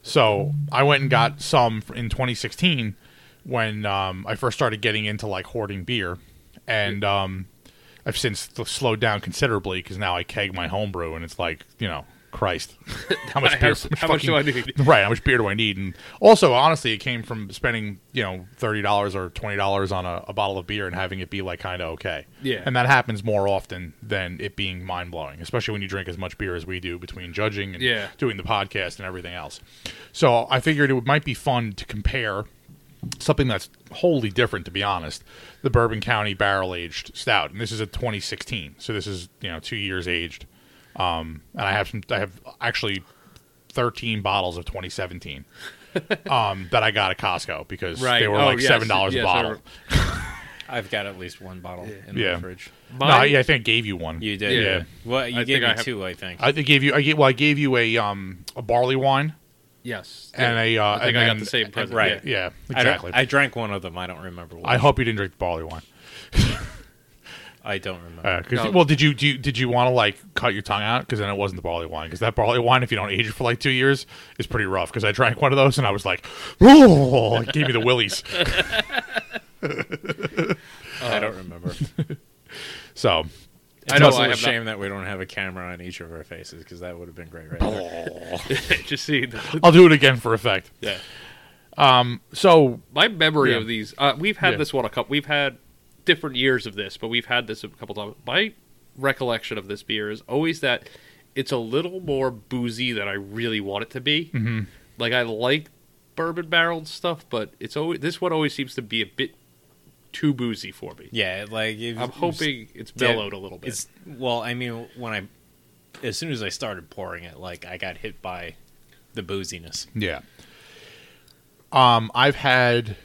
S3: So I went and got some in 2016 when um, I first started getting into like hoarding beer, and um, I've since th- slowed down considerably because now I keg my homebrew, and it's like you know. Christ, how much
S2: How-
S3: beer? how much
S2: how much do
S3: fucking-
S2: I need?
S3: Right, how much beer do I need? And also, honestly, it came from spending you know thirty dollars or twenty dollars on a, a bottle of beer and having it be like kind of okay.
S2: Yeah.
S3: and that happens more often than it being mind blowing, especially when you drink as much beer as we do between judging and
S2: Yeah.
S3: doing the podcast and everything else. So I figured it might be fun to compare something that's wholly different, to be honest. The Bourbon County Barrel Aged Stout, and this is a 2016, so this is you know two years aged. Um, and I have some, I have actually 13 bottles of 2017 um, that I got at Costco because they
S2: Right.
S3: were
S2: Oh,
S3: like
S2: yes.
S3: seven dollars
S2: Yes,
S3: a
S2: I
S3: bottle.
S2: remember.
S4: I've got at least one bottle in
S3: Yeah.
S4: the fridge.
S3: No,
S2: Mine-
S3: yeah, I think I gave you one.
S4: You did.
S2: Yeah.
S4: Well, you
S2: I
S4: gave
S2: think
S4: me
S2: I have-
S4: two, I think.
S3: I think gave you. I gave, well, I gave you a um a barley wine
S2: Yes.
S3: and a. Uh,
S2: I think
S3: and
S2: I
S3: then-
S2: got the same present.
S4: right.
S2: Yeah.
S3: Yeah,
S4: I don't-
S3: exactly.
S4: I,
S3: I,
S4: drank one of them. I don't remember. What.
S3: hope you didn't drink the barley wine.
S4: I don't remember.
S3: Uh 'cause
S2: No.
S3: well, did you do? You, did you want to like cut your tongue out? Because then it wasn't the barley wine. Because that barley wine, if you don't age it for like two years, is pretty rough. Because I drank one of those and I was like, oh, it gave me the willies.
S4: I don't remember.
S3: So
S4: I
S2: know
S4: know. It's
S2: Oh. I
S4: a
S2: have
S4: shame that we don't have a camera on each of our faces because that would have been great, right? there.
S2: Just see. The,
S3: I'll do it again for effect.
S2: yeah.
S3: So
S2: My memory
S3: Yeah.
S2: of these, uh, we've had
S3: Yeah.
S2: this one a couple. We've had different years of this, but we've had this a couple times. My recollection of this beer is always that it's a little more boozy than I really want it to be. Mm-hmm. Like I like bourbon barreled stuff, but it's always this one always seemes to be a bit too boozy for me.
S4: Yeah, like if,
S2: I'm
S4: if-
S2: hoping it's
S4: yeah,
S2: mellowed a little bit.
S4: It's well, I mean, when I as soon as I started pouring it, like I got hit by the booziness.
S3: yeah, um, I've had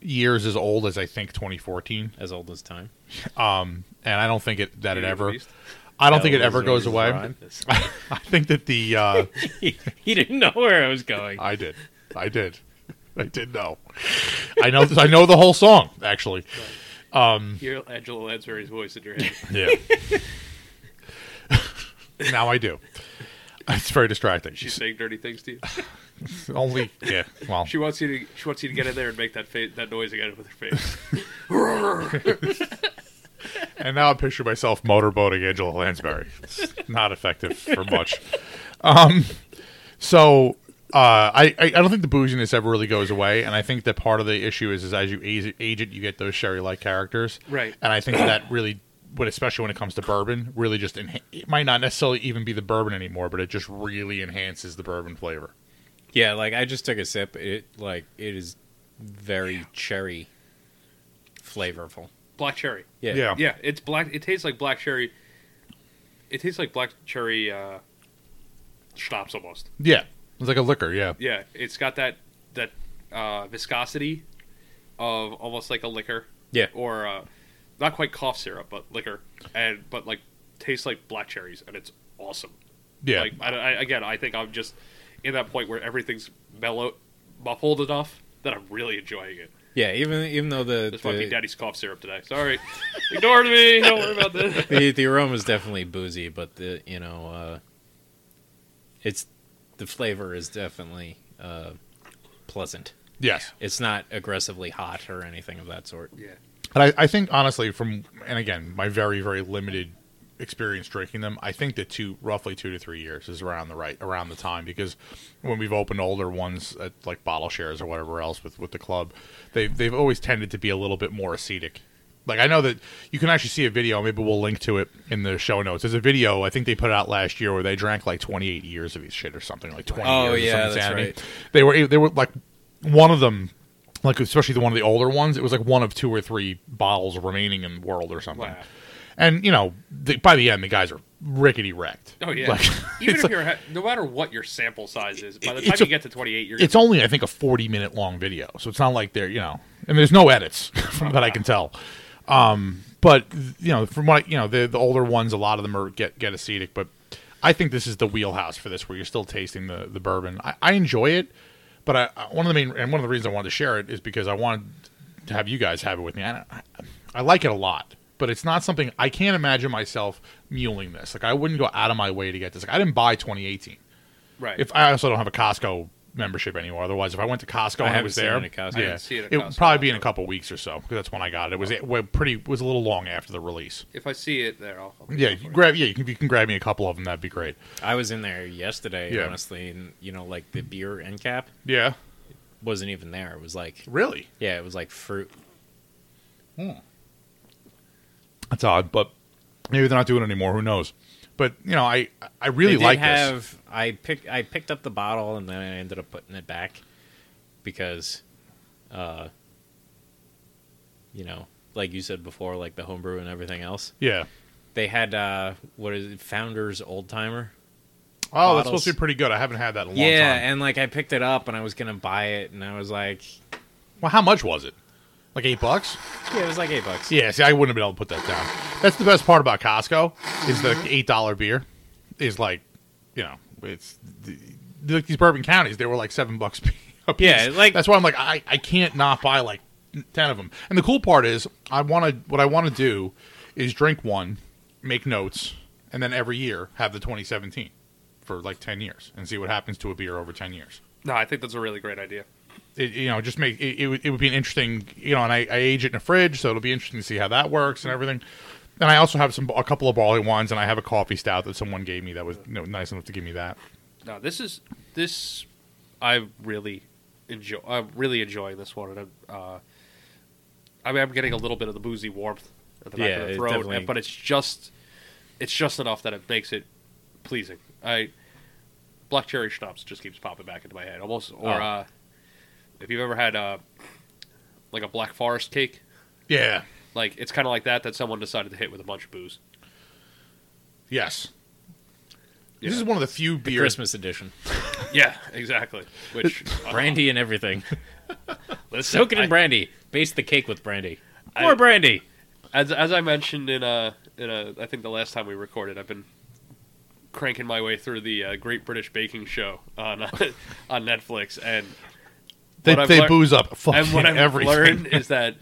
S3: years as old as I think 2014,
S4: As old as time.
S3: and I don't think it that it
S2: Beauty
S3: ever.
S2: Beast.
S3: I don't think it
S4: That
S3: ever
S4: was
S3: goes
S4: a
S3: away.
S4: rhyme.
S3: I think that the uh,
S4: he, he didn't know where I was going.
S3: I did. I did. I did know. I know. I know the whole song actually.
S2: Hear Angela Lansbury's voice in your head.
S3: Yeah. now I do. It's very distracting.
S2: She's saying dirty things to you.
S3: only yeah. Well,
S2: She wants you to. She wants you to get in there and make that fa- that noise again with her face.
S3: and now I picture myself motorboating Angela Lansbury. It's not effective for much. Um, so uh, I I I don't think the booziness ever really goes away, and I think that part of the issue is is as you age, age it, you get those sherry like characters,
S2: Right.
S3: And I think that really. But especially when it comes to bourbon, really just enha- it might not necessarily even be the bourbon anymore, but it just really enhances the bourbon flavor.
S4: Yeah, like I just took a sip. It like it is very cherry flavorful.
S2: Black cherry.
S4: Yeah.
S3: Yeah.
S2: Yeah, it's black. It tastes like black cherry. It tastes like black cherry uh, schnapps almost.
S3: Yeah, it's like a liquor. Yeah,
S2: Yeah, it's got that that uh, viscosity of almost like a liquor.
S4: Yeah.
S2: or uh, not quite cough syrup, but liquor, and but like tastes like black cherries, and it's awesome.
S3: yeah,
S2: Like I, I, again, I think I'm just in that point where everything's mellow, muffled enough that I'm really enjoying it.
S4: Yeah, even even though the
S2: This might be
S4: the,
S2: Daddy's cough syrup today. Sorry, ignored me. Don't worry about this.
S4: the, the aroma is definitely boozy, but the you know uh, it's the flavor is definitely uh, pleasant.
S3: yes.
S4: It's not aggressively hot or anything of that sort.
S2: Yeah.
S3: But I, I think honestly, from and again, my very very limited experience drinking them, I think that two roughly two to three years is around the right around the time because when we've opened older ones at like bottle shares or whatever else with with the club, they they've always tended to be a little bit more acetic. Like I know that you can actually see a video. Maybe we'll link to it in the show notes. There's a video I think they put out last year where they drank like 28 years of this shit or something like 20. years
S4: Oh,
S3: or
S4: yeah,
S3: some
S4: that's
S3: insanity.
S4: right.
S3: They were they were like one of them like especially the one of the older ones, it was like one of two or three bottles remaining in the world or something.
S2: Wow.
S3: And you know, the, by the end, the guys are rickety wrecked.
S2: Oh yeah.
S3: Like,
S2: Even
S3: it's,
S2: if
S3: like-
S2: you're ha- no matter what your sample size is, by the
S3: It's
S2: time
S3: a-
S2: you get to 28, you're
S3: it's only I think a forty-minute long video, so it's not like they're you know, and there's no edits from that I can tell. Um, but you know, from what I, you know, the the older ones, a lot of them are get get acetic, but I think this is the wheelhouse for this, where you're still tasting the the bourbon. I, I enjoy it, but I, I one of the main and one of the reasons I wanted to share it is because I wanted to have you guys have it with me. I, don't- I, I like it a lot, but it's not something I can't imagine myself muling this. Like I wouldn't go out of my way to get this. Like I didn't buy 2018.
S2: Right.
S3: If I also don't have a Costco membership anymore. Otherwise, if I went to Costco and I
S4: haven't
S3: was
S4: seen
S3: there,
S4: it at Costco. I
S3: yeah,
S2: haven't seen it at
S3: it
S2: Costco.
S3: would probably be in a couple weeks or so because that's when I got it. It was it, was pretty it was a little long after the release.
S2: if I see it there, I'll. I'll
S3: Yeah, you grab. Yeah, you can, if you can grab me a couple of them, that'd be great.
S4: I was in there yesterday,
S3: Yeah.
S4: honestly, and you know, like the beer end cap
S3: Yeah,
S4: wasn't even there. It was like,
S3: really.
S4: yeah, it was like fruit. Hmm.
S3: That's odd, but maybe they're not doing it anymore. Who knows? But you know, I I really
S4: They did
S3: like this.
S4: have, I pick I picked up the bottle and then I ended up putting it back because, uh, you know, like you said before, like the homebrew and everything else.
S3: Yeah.
S4: They had uh, what is it, Founders Old Timer?
S3: Oh, that's supposed to be
S4: bottles.
S3: pretty good. I haven't had that in a long
S4: Yeah,
S3: time.
S4: and like I picked it up and I was gonna buy it and I was like,
S3: Well, how much was it? Like eight bucks?
S4: yeah, it was like eight bucks.
S3: Yeah. See, I wouldn't have been able to put that down. That's the best part about Costco is the
S4: Mm-hmm.
S3: eight dollar beer is like, you know, it's the, like these bourbon counties. They were like seven bucks a piece.
S4: Yeah, like-
S3: that's why I'm like I I can't not buy like ten of them. And the cool part is I want to what I want to do is drink one, make notes, and then every year have the 2017 for like 10 years and see what happens to a beer over 10 years.
S2: No, I think that's a really great idea.
S3: it, you know, just make it, it, would, it would be an interesting, you know, and I, I age it in a fridge, so it'll be interesting to see how that works and everything. And I also have some a couple of barley wines, and I have a coffee stout that someone gave me that was you know, nice enough to give me that.
S2: No, this is this. I really enjoy. I'm really enjoying this one, and I'm, uh, I mean, I'm getting a little bit of the boozy warmth at the back
S4: Yeah,
S2: of the
S4: it's
S2: throat,
S4: definitely-
S2: but it's just, it's just enough that it makes it pleasing. I black cherry schnapps just keeps popping back into my head, almost. Or
S4: Oh.
S2: uh, if you've ever had uh, like a black forest cake,
S3: Yeah.
S2: like it's kind of like that that someone decided to hit with a bunch of booze.
S3: Yes.
S2: Yeah,
S3: This is one of the few
S4: The
S3: beers.
S4: Christmas edition,
S2: yeah exactly. Which uh,
S4: brandy and everything.
S2: listen,
S4: Soak it
S2: I-
S4: in brandy. Base the cake with brandy.
S2: I-
S4: More brandy.
S2: As as I mentioned in a in a I think the last time we recorded, I've been cranking my way through the uh, Great British Baking Show on uh, on Netflix, and
S3: They,
S2: what I've
S3: they
S2: lear-
S3: booze up fucking
S2: and what I've
S3: everything.
S2: learned is that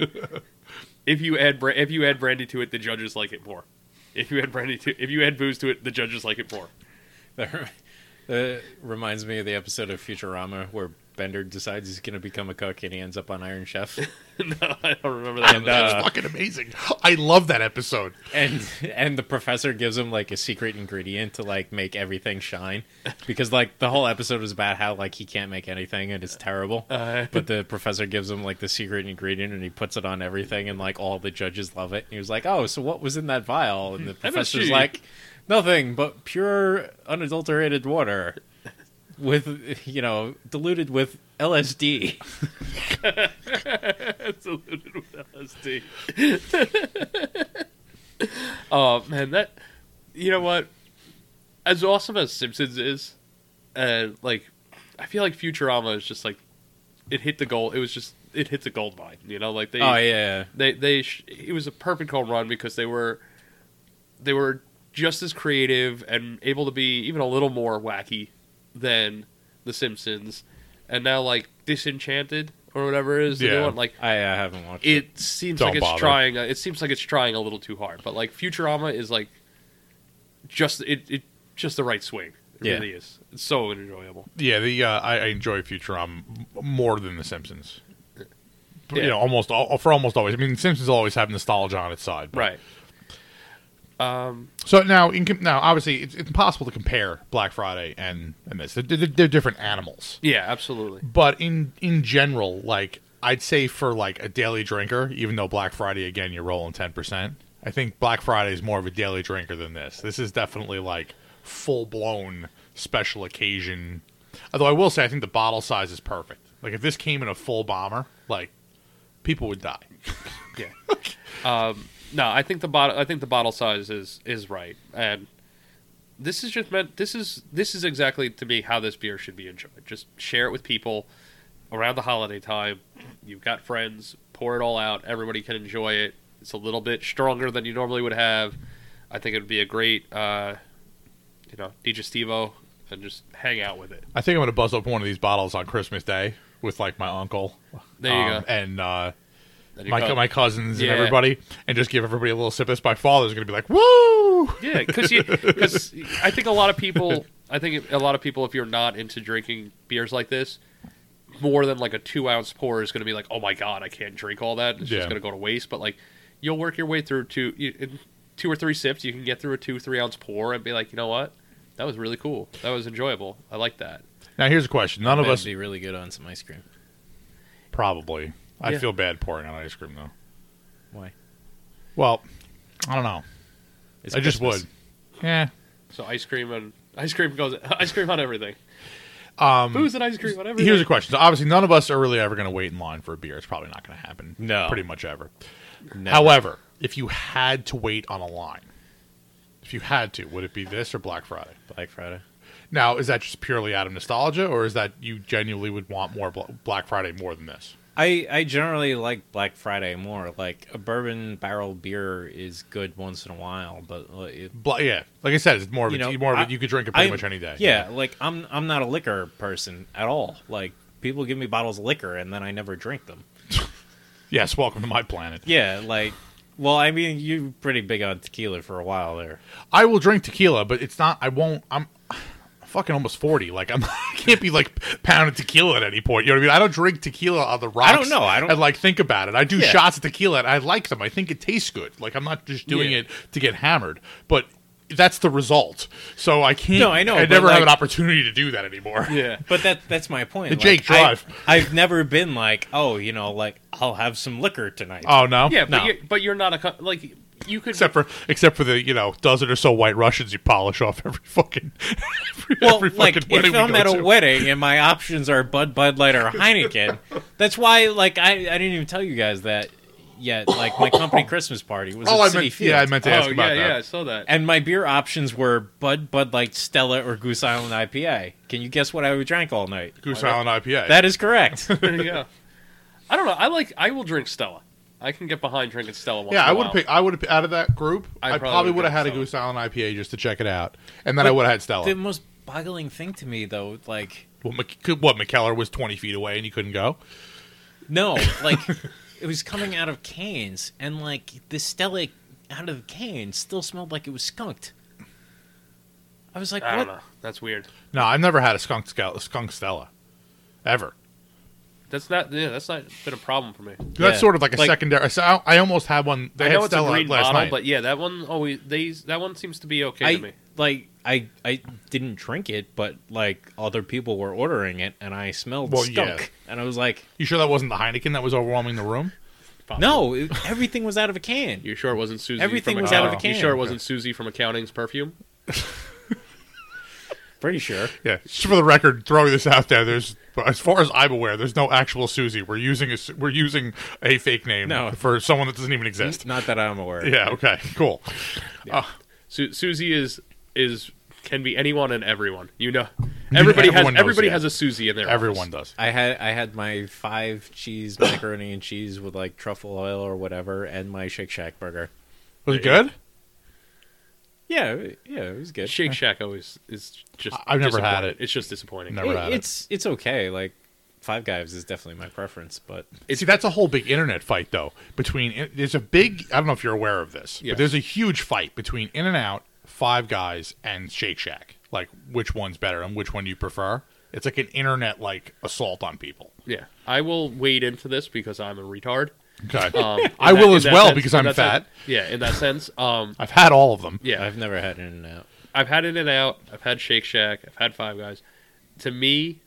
S2: if you add bra- if you add brandy to it, the judges like it more. If you add brandy to if you add booze to it, the judges like it more.
S4: That rem- that reminds me of the episode of Futurama where Bender decides he's going to become a cook and he ends up on Iron Chef.
S2: no, I don't remember that.
S4: And,
S2: episode.
S3: It's
S4: uh,
S3: fucking amazing. I love that episode.
S4: and and the professor gives him like a secret ingredient to like make everything shine because like the whole episode was about how like he can't make anything and it's terrible.
S3: uh-huh.
S2: Uh.
S4: but the professor gives him like the secret ingredient and he puts it on everything and like all the judges love it. And he was like, "Oh, so what was in that vial?"
S3: Hmm.
S4: And the professor's
S2: MSG.
S4: like, "Nothing but pure unadulterated water." With you know, diluted with LSD.
S2: It's loaded with LSD. oh man, that you know what? As awesome as Simpsons is, uh, like I feel like Futurama is just like it hit the goal. It was just it hit the gold mine. You know, like they
S4: Oh yeah,
S2: they they sh- it was a perfect home run because they were they were just as creative and able to be even a little more wacky than the Simpsons, and now like Disenchanted or whatever it is the new
S3: Yeah.
S2: one, like
S4: I, I haven't watched it.
S2: it seems
S3: Don't
S2: like it's
S3: bother.
S2: trying. uh, It seems like it's trying a little too hard. But like Futurama is like just it, it just the right swing. It
S4: Yeah.
S2: really is. It's so enjoyable.
S3: Yeah, the uh, I, I enjoy Futurama m- more than The Simpsons.
S2: Yeah.
S3: You know, almost all, for almost always. I mean, Simpsons always have nostalgia on its side, but-
S2: Right. Um.
S3: So now, in, com- now obviously, it's, it's impossible to compare Black Friday and and this. They're, they're, they're different animals,
S2: Yeah. Absolutely.
S3: but in in general, like I'd say for like a daily drinker, even though Black Friday again you're rolling ten percent, I think Black Friday is more of a daily drinker than this. This is definitely like full blown special occasion. Although I will say, I think the bottle size is perfect. Like if this came in a full bomber, like people would die.
S2: Yeah. um. No, I think the bottle. I think the bottle size is is right, and this is just meant. This is this is exactly to me how this beer should be enjoyed. Just share it with people around the holiday time. You've got friends. Pour it all out. Everybody can enjoy it. It's a little bit stronger than you normally would have. I think it would be a great, uh, you know, digestivo, and just hang out with it.
S3: I think I'm gonna buzz up one of these bottles on Christmas Day with like my uncle. Um,
S2: There you go.
S3: And uh,
S2: Then you
S3: my,
S2: cut-
S3: my cousins
S2: Yeah.
S3: and everybody, and just give everybody a little sip of this. My father's going to be like, "Woo!"
S2: Yeah, because because I think a lot of people, I think a lot of people, if you're not into drinking beers like this, more than like a two ounce pour is going to be like, oh my god, I can't drink all that. It's
S3: Yeah.
S2: just going to go to waste. But like, you'll work your way through two, you, in two or three sips. You can get through a two three ounce pour and be like, you know what, that was really cool. That was enjoyable. I like that.
S3: Now here's a question: None of
S4: That'd
S3: us
S4: be really good on some ice cream.
S3: probably. I
S2: Yeah.
S3: feel bad pouring out ice cream though.
S4: Why?
S3: Well, I don't know.
S4: It's
S3: I just
S4: Christmas.
S3: would. Yeah.
S2: So ice cream and ice cream goes ice cream on everything. Um, Booze and ice cream on everything.
S3: Here's a question. So obviously, none of us are really ever going to wait in line for a beer. It's probably not going to happen.
S4: No.
S3: pretty much ever.
S4: Never.
S3: However, if you had to wait on a line, if you had to, would it be this or Black Friday?
S4: Black Friday.
S3: Now, is that just purely out of nostalgia, or is that you genuinely would want more Bla- Black Friday more than this?
S4: I, I generally like Black Friday more. Like a bourbon barrel beer is good once in a while, but uh, it,
S3: Bla- yeah, like I said, it's more of
S4: you
S3: a,
S4: know,
S3: more of a,
S4: I-
S3: you could drink it pretty
S4: I'm-
S3: much any day.
S4: Yeah, like I'm I'm not a liquor person at all. Like people give me bottles of liquor and then I never drink them.
S3: Yes, welcome to my planet.
S4: Yeah, like well, I mean, you're pretty big on tequila for a while there.
S3: I will drink tequila, but it's not. I won't. I'm fucking almost forty. Like I'm. I can't be like pounding tequila at any point. You know what I mean? I don't drink tequila on the rocks.
S4: don't know, I don't-
S3: And like think about it. I do
S4: Yeah.
S3: shots of tequila. and I like them. I think it tastes good. Like I'm not just doing
S4: Yeah.
S3: it to get hammered, but. That's the result. So I can't.
S4: No, I know,
S3: I
S4: but,
S3: never have an
S4: like-
S3: opportunity to do that anymore.
S2: Yeah.
S4: But that that's my point.
S3: The
S4: Like,
S3: Jake
S4: I-
S3: Drive.
S4: I've never been like, oh, you know, like I'll have some liquor tonight.
S3: Oh no.
S2: Yeah, but,
S4: No.
S2: you're, but you're not a co- like you could
S3: Except for except for the you know dozen or so white Russians you polish off every fucking every,
S4: well,
S3: every
S4: like
S3: fucking wedding
S4: if
S3: we
S4: I'm
S3: go
S4: at a
S3: to.
S4: wedding and my options are Bud, Bud Light, or Heineken, that's why. Like I, I didn't even tell you guys that yet. Like my company Christmas party was
S3: Oh,
S4: at
S3: I
S4: City
S3: meant,
S4: Field,
S3: yeah, I meant to
S2: oh
S3: ask
S2: yeah
S3: about that.
S2: yeah I saw that.
S4: and my beer options were Bud, Bud Light, Stella, or Goose Island IPA. Can you guess what I drank all night?
S3: Goose Island IPA.
S4: That is correct.
S2: There you go. I don't know. I like. I will drink Stella. I can get behind drinking Stella. Once
S3: Yeah,
S2: in
S3: I
S2: a
S3: would have
S2: while.
S3: picked. I would have out of that group. I, probably, would have had a
S2: picked
S3: Goose Island IPA just to check it out, and then I would have had Stella.
S4: the most boggling thing to me, though, like
S3: Well, Mc, could- what McKellar was twenty feet away and you couldn't go.
S4: no, like it was coming out of cans, and like the Stella out of the can still smelled like it was skunked. I was like,
S2: I
S4: what?
S2: don't know. That's weird.
S3: No, I've never had a skunk Scal- skunk Stella, ever.
S2: That's not. Yeah, that's not been a problem for me.
S4: Yeah.
S3: That's sort of like a
S4: Like-
S3: secondary. So I, I almost had one. They
S2: I
S3: had
S2: know it's
S3: Stella
S2: a green
S3: last
S2: bottle,
S3: night.
S2: but yeah, that one always. They that one seems to be okay to me.
S4: I like I I didn't drink it, but like other people were ordering it, and I smelled
S3: Well,
S4: skunk,
S3: yeah.
S4: and I was like,
S3: you sure that wasn't the Heineken that was overwhelming the room?
S4: no, it, everything was out of a can.
S2: You sure it wasn't Susie?
S4: Everything
S2: from
S4: was out
S3: of a
S2: accounting?
S4: can.
S2: You sure it wasn't Susie from accounting's perfume?
S4: Pretty sure.
S3: Yeah. Just for the record, throwing this out there, there's as far as I'm aware, there's no actual Susie. We're using a s- we're using a fake name
S4: No.
S3: for someone that doesn't even exist.
S4: Not that I'm aware.
S3: Yeah. Okay. Cool. Uh,
S2: Su- Susie is is can be anyone and everyone. You know, everybody has
S3: everyone knows,
S2: everybody
S3: yeah.
S2: has a Susie in their office.
S3: everyone does.
S4: I had I had my five cheese macaroni and cheese with like truffle oil or whatever, and my Shake Shack burger.
S3: Was it good?
S4: Yeah, it- yeah, it was good.
S2: Shake Shack always is just.
S3: I- I've never had
S2: disappointing.
S3: it.
S2: It's just disappointing.
S3: Never.
S4: It-
S3: had it.
S4: it's it's okay. Like Five Guys is definitely my preference, but
S3: See, that's a whole big internet fight, though. Between there's a big, I don't know if you're aware of this,
S2: Yes.
S3: but there's a huge fight between In and Out, Five Guys, and Shake Shack. Like, which one's better and which one do you prefer? It's like an internet like assault on people.
S2: Yeah, I will wade into this because I'm a retard.
S3: Okay,
S2: Um, in
S3: I
S2: that-
S3: will
S2: in
S3: as
S2: that
S3: well
S2: sense-
S3: because
S2: in
S3: I'm
S2: that sense-
S3: fat.
S2: yeah, in that sense. Um,
S3: I've had all of them.
S2: yeah,
S4: I've never had In and Out.
S2: I've had In and Out. I've had Shake Shack. I've had Five Guys. To me,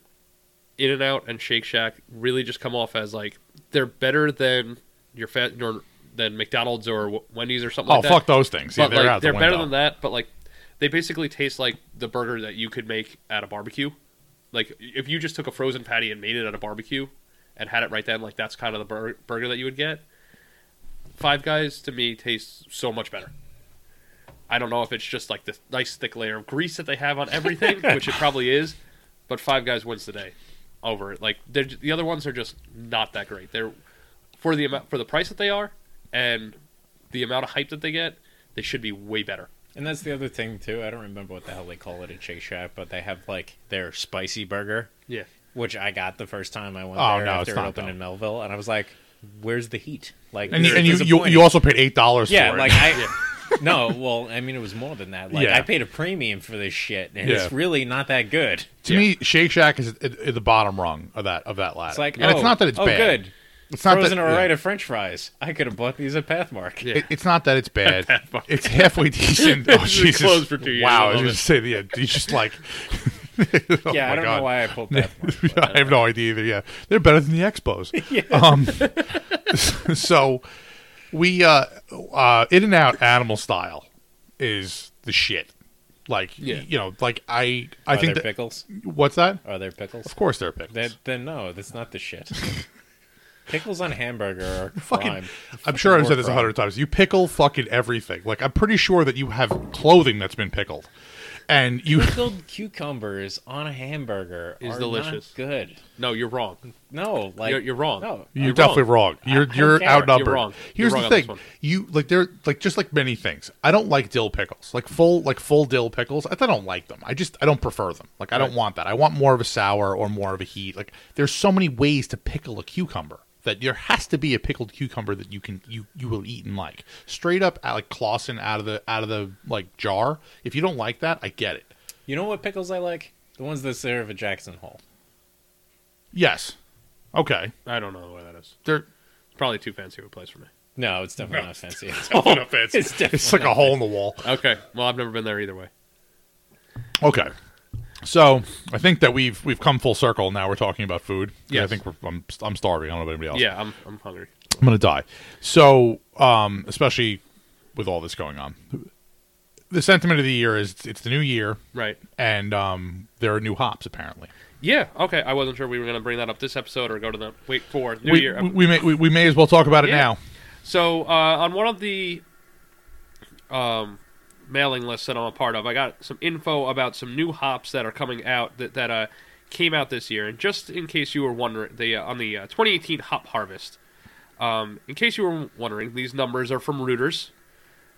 S2: In and Out and Shake Shack really just come off as like they're better than your fat your, than McDonald's or W- Wendy's or something
S3: oh,
S2: like that.
S3: fuck those things. Yeah,
S2: But
S3: they're
S2: like,
S3: out the
S2: they're
S3: window.
S2: better than that. But like, they basically taste like the burger that you could make at a barbecue. Like if you just took a frozen patty and made it at a barbecue and had it right then, like that's kind of the bur- burger that you would get. Five Guys to me tastes so much better. I don't know if it's just like this nice thick layer of grease that they have on everything, which it probably is, but Five Guys wins the day over it. Like they're, the other ones are just not that great. They're for the amount for the price that they are and the amount of hype that they get, they should be way better.
S4: And that's the other thing too. I don't remember what the hell they call it at Shake Shack, but they have like their spicy burger,
S2: Yeah.
S4: which I got the first time I went
S3: Oh,
S4: there
S3: no,
S4: after
S3: it's
S4: it
S3: not
S4: opened
S3: though.
S4: in Melville, and I was like, where's the heat? Like,
S3: And, you-
S4: it's
S3: and you, you
S4: disappointing.
S3: you also paid eight dollars.
S4: yeah,
S3: for it.
S4: like I. no, well, I mean, it was more than that. Like,
S3: Yeah.
S4: I paid a premium for this shit, and
S3: Yeah.
S4: it's really not that good.
S3: to me, Shake Shack is at, at the bottom rung of that of that ladder.
S4: It's like,
S3: and
S4: oh,
S3: it's not that it's
S4: oh,
S3: bad.
S4: good.
S3: It's not
S4: Frozen
S3: that,
S4: are
S3: yeah.
S4: right of French fries. I could have bought these at Pathmark.
S2: Yeah.
S3: It- it's not that it's bad. it's halfway decent. Oh,
S2: It's
S3: Jesus.
S2: closed for two years. I
S3: Wow, I was
S2: love it.
S3: going to say, yeah, you just like. Oh
S4: yeah,
S3: my
S4: I don't
S3: God.
S4: know why I pulled Pathmark. but-
S3: I have no idea either. Yeah, they're better than the Expos. Um, so we uh, uh, In and Out Animal Style is the shit. Like
S2: Yeah.
S3: you know, like I I
S4: Are
S3: think
S4: there
S3: that,
S4: pickles?
S3: what's that?
S4: Are there pickles?
S3: Uh, Of course they're pickles.
S4: Then, then no, that's not the shit. pickles on hamburger are a
S3: fucking.
S4: crime.
S3: I'm sure I've
S4: war
S3: said this a
S4: crime.
S3: hundred times. You pickle fucking everything. Like I'm pretty sure that you have clothing that's been pickled, and you
S4: Pickled cucumbers on a hamburger
S2: Is
S4: are
S2: delicious.
S4: not good.
S2: No, you're wrong.
S4: No, like
S2: You're- you're wrong.
S4: No,
S3: You're,
S2: You're
S3: definitely wrong.
S2: wrong.
S3: You're
S4: I- I
S3: you're
S4: don't care.
S3: outnumbered.
S2: You're wrong.
S3: Here's
S2: You're wrong
S3: the
S2: on this
S3: thing:
S2: one.
S3: you like they're like just like many things. I don't like dill pickles, like full like full dill pickles. I, I don't like them. I just I don't prefer them. Like I don't want that. I want more of a sour or more of a heat. Like there's so many ways to pickle a cucumber that there has to be a pickled cucumber that you can you you will eat and like straight up uh, like Clausen out of the out of the like jar. If you don't like that, I get it.
S4: You know what pickles I like? The ones that serve a Jackson Hole.
S3: Yes. Okay.
S2: I don't know where that is.
S3: They're
S2: Probably too fancy of a place for me.
S4: No, it's definitely not fancy.
S3: not fancy.
S4: It's definitely
S3: It's like a hole in the wall.
S2: Okay. Well, I've never been there either way.
S3: Okay. So I think that we've we've come full circle. Now we're talking about food. 'Cause I
S2: Yes.
S3: think we're, I'm I'm starving. I don't know about anybody else.
S2: Yeah, I'm I'm hungry.
S3: I'm gonna die. So um, especially with all this going on, the sentiment of the year is it's, it's the new year,
S2: Right.
S3: and um, there are new hops apparently.
S2: Yeah. Okay. I wasn't sure we were going to bring that up this episode or go to the wait for New
S3: we,
S2: Year.
S3: we, we may we, we may as well talk about it
S2: Yeah.
S3: now.
S2: So uh, on one of the um, mailing lists that I'm a part of, I got some info about some new hops that are coming out that that uh, came out this year. And just in case you were wondering, the uh, on the uh, 2018 hop harvest. Um, in case you were wondering, these numbers are from Reuters,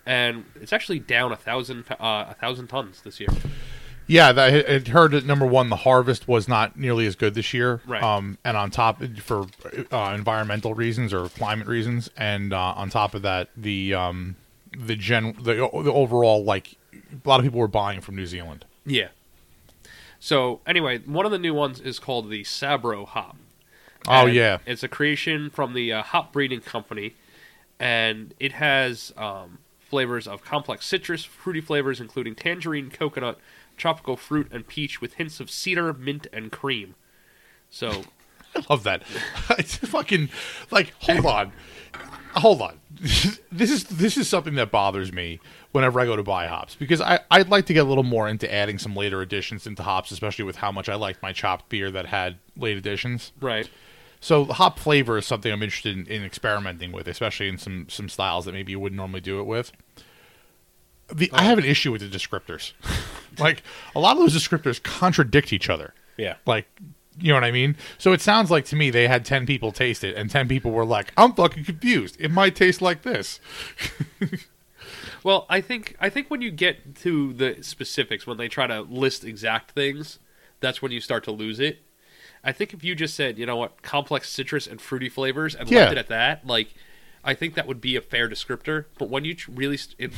S2: and it's actually down a thousand uh, a thousand tons this year.
S3: Yeah, that, I had heard that number one, the harvest was not nearly as good this year.
S2: Right.
S3: Um, and on top, for uh, environmental reasons or climate reasons, and uh, on top of that, the um, the gen the, the overall like a lot of people were buying from New Zealand.
S2: Yeah. So anyway, one of the new ones is called the Sabro hop.
S3: Oh
S2: And
S3: yeah,
S2: it's a creation from the uh, hop breeding company, and it has um, flavors of complex citrus, fruity flavors including tangerine, coconut, tropical fruit, and peach, with hints of cedar, mint, and cream. So
S3: I love that. it's fucking like hold on, hold on. this is this is something that bothers me whenever I go to buy hops because I I'd like to get a little more into adding some later additions into hops, especially with how much I liked my chopped beer that had late additions.
S2: right,
S3: So the hop flavor is something I'm interested in, in experimenting with, especially in some some styles that maybe you wouldn't normally do it with. The, I have an issue with the descriptors. like a lot of those descriptors contradict each other.
S4: Yeah.
S3: Like you know what I mean? So it sounds like to me they had 10 people taste it and 10 people were like, "I'm fucking confused. It might taste like this."
S2: Well, I think I think when you get to the specifics, when they try to list exact things, that's when you start to lose it. I think if you just said, you know what, complex citrus and fruity flavors, and
S3: Yeah.
S2: left it at that, like, I think that would be a fair descriptor. But when you tr- really, st- it,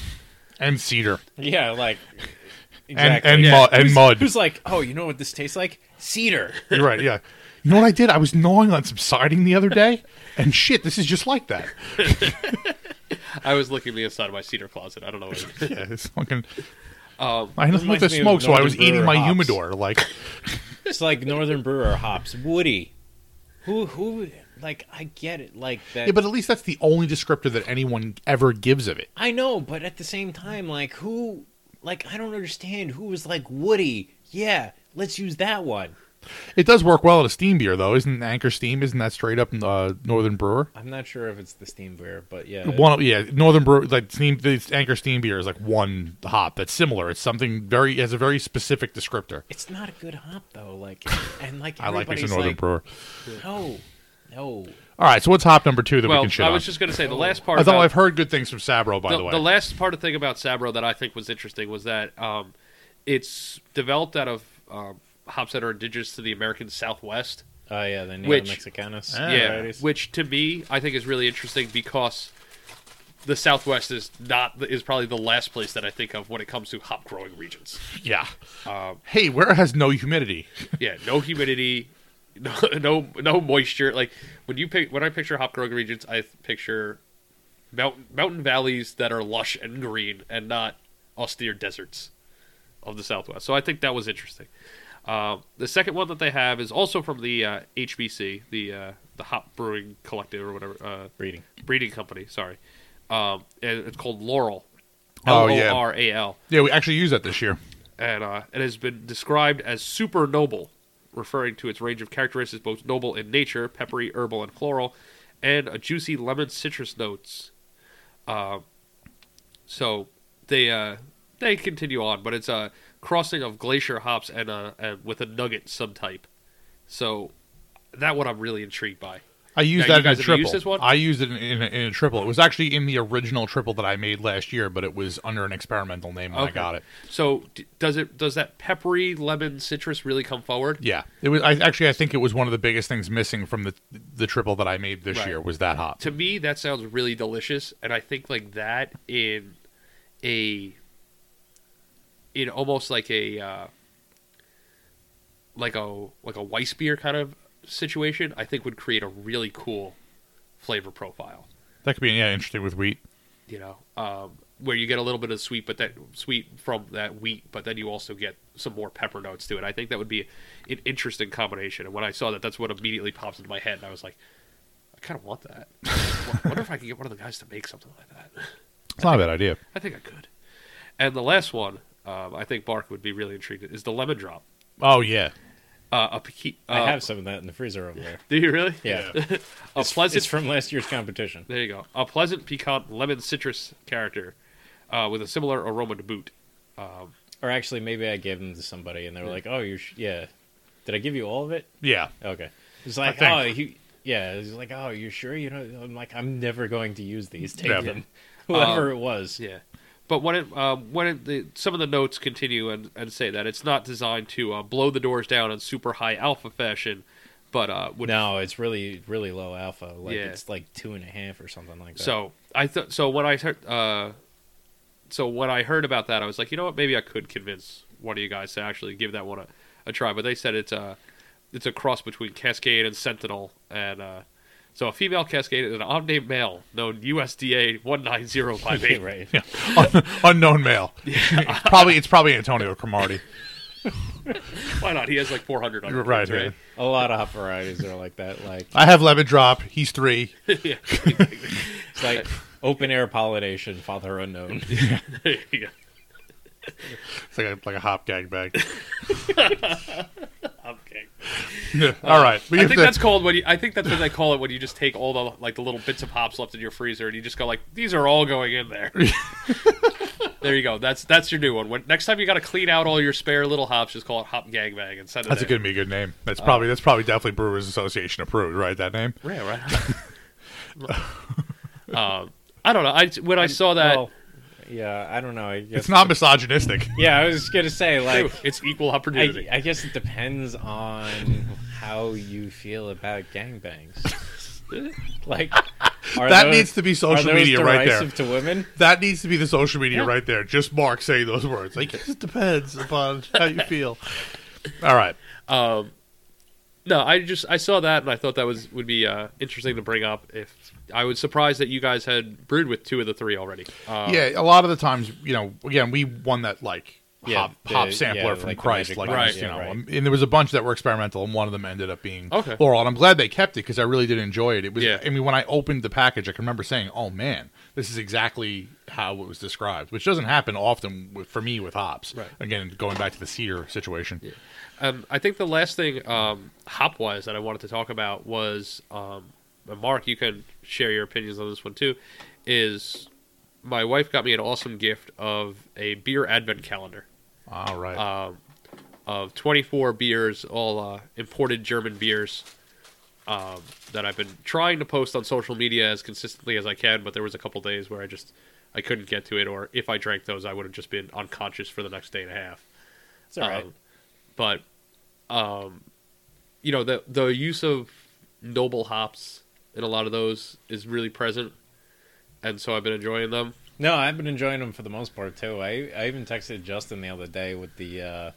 S3: And cedar
S4: Yeah, like
S3: and
S4: exactly.
S3: and,
S2: Yeah.
S3: mud and
S4: who's,
S3: mud.
S4: Who's like, oh, you know what this tastes like? Cedar.
S3: You're right, yeah. You know what I did? I was gnawing on some siding the other day, and shit, this is just like that.
S2: I was looking the inside of my cedar closet. I don't know. What it is.
S3: Yeah, it's fucking.
S2: Um,
S3: I nothing like the
S4: Uh, Reminds me of
S3: smoke, so I was
S4: Northern
S3: eating
S4: Brewer
S3: my
S4: hops.
S3: humidor. Like,
S4: It's like Northern Brewer hops. Woody. Who who like I get it like that.
S3: yeah, but at least that's the only descriptor that anyone ever gives of it.
S4: I know, but at the same time, like who like I don't understand who was like Woody. Yeah, let's use that one.
S3: It does work well at a steam beer, though, isn't Anchor Steam? Isn't that straight up uh, Northern Brewer?
S4: I'm not sure if it's the steam beer, but yeah.
S3: One, of- yeah, Northern Brewer, like steam, the Anchor Steam beer is like one hop that's similar. It's something very has a very specific descriptor.
S4: It's not a good hop though, like and like
S3: I like me some
S4: everybody's
S3: Northern
S4: like,
S3: Brewer.
S4: No. No.
S3: All right, so what's hop number two that we
S2: well,
S3: can shit
S2: I
S3: on?
S2: was just gonna say the last part.
S3: Although
S2: about-
S3: I've heard good things from Sabro, by the,
S2: the,
S3: way.
S2: the last part of thing about Sabro that I think was interesting was that um, it's developed out of um, hops that are indigenous to the American Southwest.
S4: Oh yeah, the Neo
S2: Which-
S4: Mexicanos.
S3: Ah,
S2: yeah,
S4: varieties.
S2: which to me I think is really interesting because the Southwest is not is probably the last place that I think of when it comes to hop growing regions.
S3: Yeah.
S2: uh,
S3: hey, where has no humidity?
S2: Yeah, no humidity, no no, no moisture. Like when you pick when I picture hop growing regions, I picture mountain mountain valleys that are lush and green and not austere deserts of the Southwest. So I think that was interesting. Uh, the second one that they have is also from the uh, HBC, the uh, the Hop Brewing Collective or whatever. Uh,
S4: breeding.
S2: breeding company. Sorry, um, and it's called Laurel.
S3: Oh,
S2: L
S3: yeah.
S2: O R A L,
S3: Yeah, we actually use that this year.
S2: and uh, it has been described as super noble, referring to its range of characteristics, both noble in nature, peppery, herbal, and floral, and a juicy lemon citrus notes. Um, so they uh, they continue on, but it's a crossing of glacier hops and, uh, and with a nugget subtype. So that one I'm really intrigued by.
S3: I used
S2: Now, you
S3: that in a
S2: guys ever
S3: triple.
S2: used this one?
S3: I used it in, in, a, in a triple. It was actually in the original triple that I made last year, but it was under an experimental name when I
S2: Okay.
S3: got it.
S2: So d- does it does that peppery lemon citrus really come forward?
S3: Yeah, it was. I actually I think it was one of the biggest things missing from the the triple that I made this
S2: Right.
S3: year was that hop.
S2: To me, that sounds really delicious, and I think like that in a in almost like a uh, like a like a Weiss beer kind of situation, I think would create a really cool flavor profile.
S3: That could be yeah interesting with wheat.
S2: You know, um, where you get a little bit of sweet, but that sweet from that wheat, but then you also get some more pepper notes to it. I think that would be an interesting combination. And when I saw that, that's what immediately pops into my head, and I was like, I kind of want that. I wonder if I can get one of the guys to make something like that.
S3: It's not a bad idea.
S2: I think I could. And the last one, um, I think Bark would be really intrigued. Is the lemon drop?
S3: Oh yeah,
S2: Uh, a pequi- uh,
S4: I have some of that in the freezer over there.
S2: Do you really?
S4: Yeah,
S2: A
S4: it's,
S2: pleasant
S4: it's from last year's competition.
S2: There you go. A pleasant, piquant lemon citrus character uh, with a similar aroma to boot.
S4: Or actually, maybe I gave them to somebody, and they were like, "Oh, you, sh- yeah." Did I give you all of it?
S3: yeah.
S4: Okay. It's like,
S3: think.
S4: oh, he, yeah. It's like, oh, you're sure you know? I'm like, I'm never going to use these. Take
S3: Never.
S4: them, whoever it was.
S2: Yeah, but when it um, when it, the, some of the notes continue and, and say that it's not designed to uh, blow the doors down in super high alpha fashion, but uh, would
S4: No, it's really, really low alpha. Like
S2: Yeah.
S4: it's like two and a half or something like that.
S2: so I thought so when I heard uh, so when I heard about that I was like you know what maybe I could convince one of you guys to actually give that one a, a try but they said it's a it's a cross between Cascade and Sentinel and uh, so a female Cascade and an unnamed male known USDA one nine zero five eight
S4: right.
S3: Un- unknown male. It's probably it's probably Antonio Cromartie.
S2: why not he has like four hundred on
S3: You're
S2: it,
S3: right, yeah.
S4: A lot of hop varieties are like that. Like
S3: I have lemon drop. He's three.
S4: it's like open air pollination, father unknown.
S2: There you go.
S3: It's like a, like a hop gag bag.
S2: Okay.
S3: Yeah. All right. We
S2: I
S3: have
S2: think
S3: to-
S2: that's called when you, I think that's what they call it when you just take all the like the little bits of hops left in your freezer and you just go like these are all going in there. there you go. That's that's your new one. When next time you got to clean out all your spare little hops, just call it hop gang bag and send it.
S3: That's
S2: in.
S3: a good, be a good name. That's probably that's probably definitely Brewers Association approved, right? That name.
S2: Yeah, right. um, I don't know. I when I saw that,
S4: Well, yeah, I don't know. I guess,
S3: It's not misogynistic.
S4: Yeah, I was gonna say
S2: ew,
S4: like.
S2: it's equal
S4: I,
S2: opportunity.
S4: I guess it depends on how you feel about gangbangs. like are
S3: That
S4: those-
S3: needs to be social
S4: are those
S3: media right there.
S4: derisive To women,
S3: That needs to be the social media
S2: Yeah.
S3: right there. Just Mark saying those words. Like it depends upon how you feel. All right.
S2: no, I just I saw that and I thought that was would be uh, interesting to bring up. If I was surprised that you guys had brewed with two of the three already. Uh,
S4: Oh.
S3: yeah, a lot of the times, you know, again, we won that like
S4: Yeah,
S3: hop,
S4: the-
S3: hop sampler
S4: yeah,
S3: from
S4: like the
S3: Christ,
S4: magic
S3: like
S2: box,
S3: just, you
S4: yeah,
S3: know,
S4: right.
S3: um, and there was a bunch that were experimental, and one of them ended up being
S2: Okay.
S3: Laurel, and I'm glad they kept it because I really did enjoy it. It was,
S2: Yeah.
S3: I mean, when I opened the package, I can remember saying, "Oh man, this is exactly how it was described," which doesn't happen often with, for me with hops.
S2: Right.
S3: Again, going back to the cedar situation,
S2: Um, I think the last thing um, hop wise that I wanted to talk about was um, and Mark. You can share your opinions on this one too. Is my wife got me an awesome gift of a beer advent calendar
S3: all right,
S4: Um,
S2: of 24 beers, all uh, imported German beers um, that I've been trying to post on social media as consistently as I can. But there was a couple days where I just I couldn't get to it, or if I drank those, I would have just been
S3: Oh.
S2: unconscious for the next day and a half.
S4: it's all right.
S2: Um, but um, you know the the use of noble hops in a lot of those is really present, and so I've been enjoying them.
S4: No, I've been enjoying them for the most part too. I I even texted Justin the other day with the uh,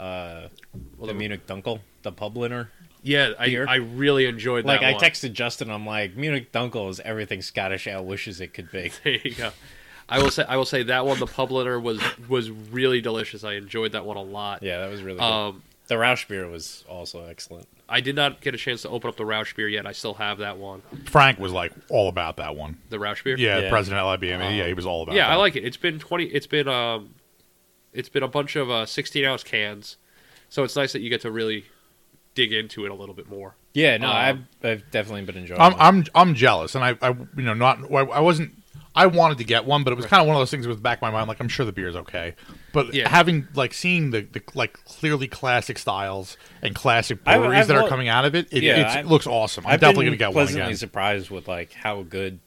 S4: uh,
S2: Well,
S4: the
S2: the-
S4: Munich Dunkel, the Publiner.
S2: Yeah, I,
S4: Beer?
S2: I really enjoyed
S4: Like
S2: that.
S4: I
S2: one.
S4: texted Justin, I'm like Munich Dunkel is everything Scottish Ale wishes it could be.
S2: There you go. I will say I will say that one the Publiner was was really delicious. I enjoyed that one a lot.
S4: Yeah, that was really. good.
S2: Um,
S4: the Rausch beer was also excellent.
S2: I did not get a chance to open up the Rausch beer yet. I still have that one,
S3: Frank was like all about that one.
S2: the Rausch beer.
S3: Yeah,
S4: Yeah.
S3: President LIBM. yeah, he was all about.
S2: yeah,
S3: that.
S2: I like it. It's been twenty. It's been um, it's been a bunch of uh, sixteen ounce cans, so it's nice that you get to really dig into it a little bit more.
S4: Yeah, no,
S2: Um,
S4: I've I've definitely been enjoying.
S3: I'm
S4: them.
S3: I'm I'm jealous, and I, I you know not I, I wasn't I wanted to get one, but it was kind of one of those things with the back of my mind. Like I'm sure the beer's okay, but
S2: Yeah.
S3: having like seeing the, the like clearly classic styles and classic
S4: I've-
S3: breweries
S4: I've
S3: that
S4: lo-
S3: are coming out of it, it,
S4: Yeah,
S3: it's, it
S4: I've-
S3: looks awesome. I'm
S4: I've
S3: definitely
S4: been
S3: gonna get one
S4: pleasantly
S3: again.
S4: surprised with like how good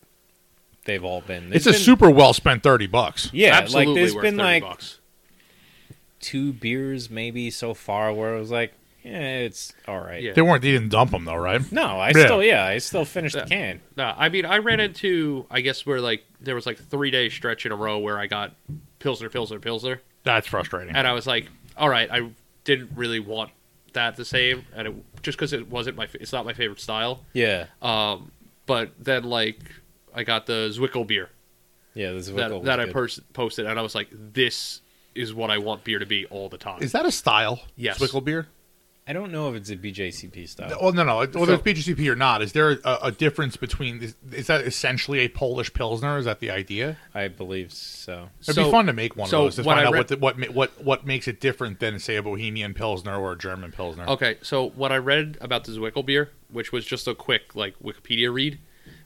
S4: they've all been.
S3: It's
S4: There's
S3: a
S4: been-
S3: super well spent thirty bucks.
S4: yeah.
S2: Absolutely
S4: like there's
S2: worth
S4: been
S2: 30
S4: like
S2: bucks.
S4: two beers maybe so far where I was like, yeah, it's all right.
S2: Yeah.
S3: They weren't. They didn't dump them though, right?
S4: No, I
S3: Yeah.
S4: still yeah, I still finished
S2: Yeah.
S4: the can.
S2: Nah, I mean, I
S4: Hmm.
S2: ran into, I guess, where like there was like three day stretch in a row where I got pilsner, pilsner, pilsner,
S3: That's frustrating.
S2: and I was like, all right, I didn't really want that the same, and it, just because it wasn't my, fa- it's not my favorite style.
S4: Yeah,
S2: Um, but then like I got the Zwickel beer
S4: yeah. This is
S2: that that I pers- posted, and I was like, this is what I want beer to be all the time.
S3: Is that a style?
S2: Yes.
S3: Swickle beer.
S4: I don't know if it's a BJCP style.
S3: Oh no no. Whether
S2: So-
S3: it's BGCP or not, is there a, a difference between? Is, is that essentially a Polish pilsner? Is that the idea?
S4: I believe so.
S3: It'd
S2: So-
S3: be fun to make one
S2: so
S3: of those to
S2: when I
S3: find out
S2: read-
S3: what, the, what ma- what what makes it different than say a Bohemian Pilsner or a German Pilsner.
S2: Okay, so what I read about the Zwickel beer, which was just a quick like Wikipedia read,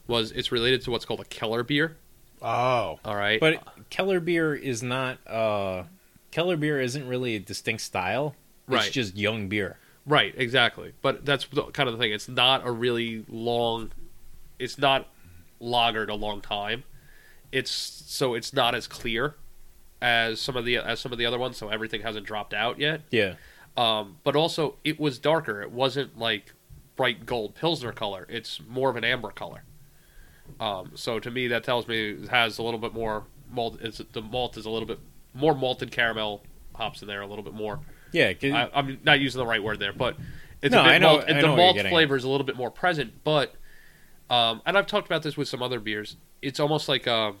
S2: was it's related to what's called a Keller beer.
S3: Oh,
S2: All right,
S4: But Keller beer is not. uh Keller beer isn't really a distinct style.
S2: Right.
S4: It's just young beer.
S2: Right, exactly. But that's the, kind of the thing. It's not a really long. It's not lagered a long time. It's so it's not as clear as some of the as some of the other ones. So everything hasn't dropped out yet.
S4: Yeah.
S2: Um, but also, it was darker. It wasn't like bright gold pilsner color. It's more of an amber color. Um, so to me, that tells me it has a little bit more malt. It's, the malt is a little bit more malted caramel hops in there, a little bit more.
S4: Yeah. 'cause-
S2: I, I'm not using the right word there, but it's
S4: No,
S2: a bit
S4: I know-
S2: malt, and
S4: I
S2: the
S4: know what you're
S2: malt
S4: getting
S2: flavor is a little bit more present. But um, and I've talked about this with some other beers. It's almost like um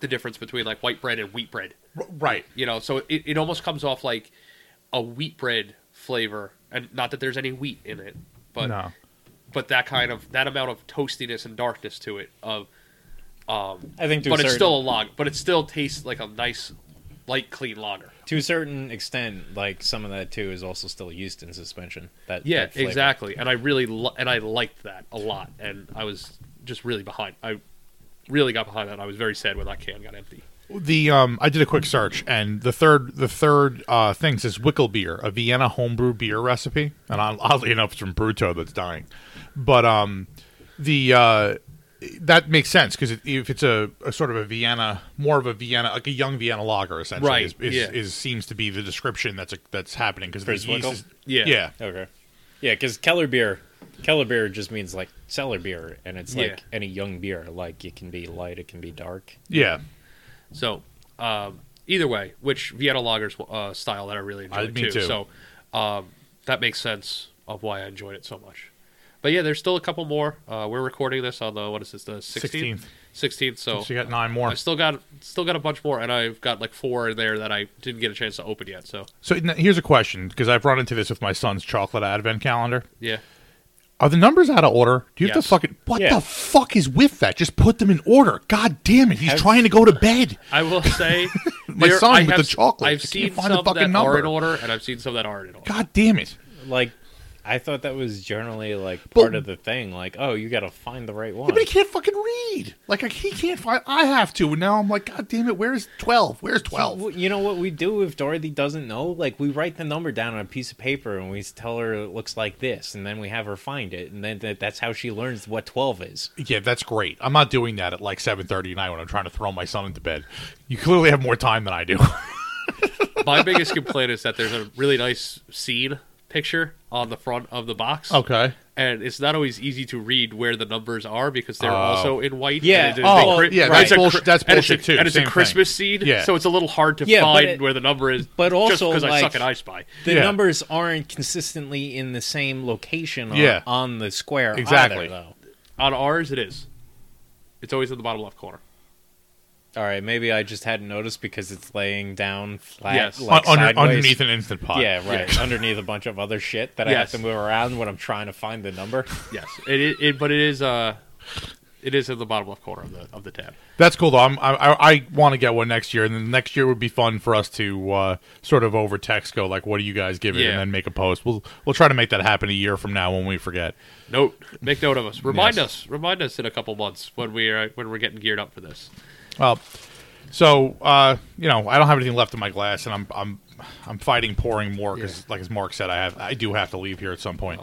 S2: the difference between like white bread and wheat bread.
S3: R- right.
S2: You know, so it, it almost comes off like a wheat bread flavor, and not that there's any wheat in it, but
S3: no.
S2: but that kind of that amount of toastiness and darkness to it of um,
S4: I think to a
S2: but it's
S4: certain-
S2: still a log, but it still tastes like a nice light clean lager.
S4: to a certain extent, like some of that too is also still used in suspension. That
S2: Yeah,
S4: that flavor.
S2: exactly. And I really li- and I liked that a lot, and I was just really behind. I really got behind that. and I was very sad when that can got empty.
S3: The um, I did a quick search, and the third the third uh, thing says Wickle beer, a Vienna homebrew beer recipe, and odd- oddly enough, it's from Bruto that's dying, but um, the uh, that makes sense because it, if it's a, a sort of a Vienna, more of a Vienna, like a young Vienna lager, essentially,
S2: Right,
S3: is, is,
S2: yeah.
S3: is seems to be the description that's a, that's happening because the
S4: For Zwickel?
S3: yeast is,
S2: Yeah.
S3: yeah,
S4: Okay. Yeah, because Keller beer, Keller beer just means like cellar beer, and it's like
S2: Yeah.
S4: any young beer. Like it can be light, it can be dark.
S3: yeah.
S2: So um, either way, which Vienna lager's uh, style that I really enjoyed
S3: me
S2: too.
S3: too.
S2: So um, that makes sense of why I enjoyed it so much. But yeah, there's still a couple more. Uh, we're recording this on the what is this the 16th?
S3: 16th.
S2: 16th. So
S3: So you got nine more.
S2: I still got still got a bunch more, and I've got like four in there that I didn't get a chance to open yet. So
S3: So n- here's a question because I've run into this with my son's chocolate advent calendar.
S2: yeah.
S3: Are the numbers out of order? Do you have
S2: Yes.
S3: to fucking what
S4: Yeah.
S3: the fuck is with that? Just put them in order. God damn it! He's
S4: Have-
S3: trying to go to bed.
S2: I will say,
S3: My
S2: there-
S3: son
S2: I
S3: with
S2: have-
S3: the chocolate. I
S2: I've
S3: can't
S2: seen
S3: find the
S2: some that
S3: fucking
S2: are
S3: number.
S2: in order, and I've seen some that aren't in order.
S3: God damn it!
S4: Like, I thought that was generally like
S3: But-
S4: part of the thing. Like, oh, you got to find the right one.
S3: Yeah, but he can't fucking read. Like I, he can't find. I have to. And now I'm like, God damn it! Where's twelve? Where's twelve?
S4: Well, You know what we do if Dorothy doesn't know? Like we write the number down on a piece of paper and we tell her it looks like this, and then we have her find it, and then that, that's how she learns what twelve is.
S3: Yeah, that's great. I'm not doing that at like 7:30 at night when I'm trying to throw my son into bed. You clearly have more time than I do.
S2: My biggest complaint is that there's a really nice scene picture on the front of the box.
S3: Okay.
S2: And it's not always easy to read where the numbers are because they're
S3: Oh.
S2: also in white.
S4: Yeah.
S2: and
S3: Oh,
S2: cri-
S3: yeah,
S2: and
S3: that's
S2: it's a cri-
S3: bullshit- that's
S2: and it's a-
S3: bullshit too,
S2: And it's a
S3: same thing.
S2: Christmas seed,
S3: Yeah.
S2: so it's a little hard to
S4: Yeah, but
S2: find
S4: it-
S2: where the number is.
S4: but also,
S2: because I
S4: like,
S2: suck at I Spy.
S4: The
S3: Yeah.
S4: numbers aren't consistently in the same location on,
S3: Yeah.
S4: on the square. either,
S3: Exactly.
S4: though.
S2: On ours, it is. It's always in the bottom left corner.
S4: All right, maybe I just hadn't noticed because it's laying down flat,
S2: Yes.
S4: like
S3: Un- under-
S4: sideways.
S3: underneath an instant pot.
S4: Yeah, right. Underneath a bunch of other shit that I have
S2: Yes.
S4: to move around when I'm trying to find the number.
S2: Yes, it, it, it but it is uh, it is in the bottom left corner of the of the tab.
S3: That's cool though. I'm, I I, I want to get one next year, and then next year would be fun for us to uh, sort of over text go like, "What do you guys give it?"
S2: Yeah.
S3: and then make a post. We'll we'll try to make that happen a year from now when we forget.
S2: Note, make note of us. Remind
S3: Yes.
S2: us, remind us in a couple months when we are when we're getting geared up for this.
S3: Well, so uh, you know, I don't have anything left in my glass, and I'm I'm I'm fighting pouring more because, like as Mark said, I have I do have to leave here at some point.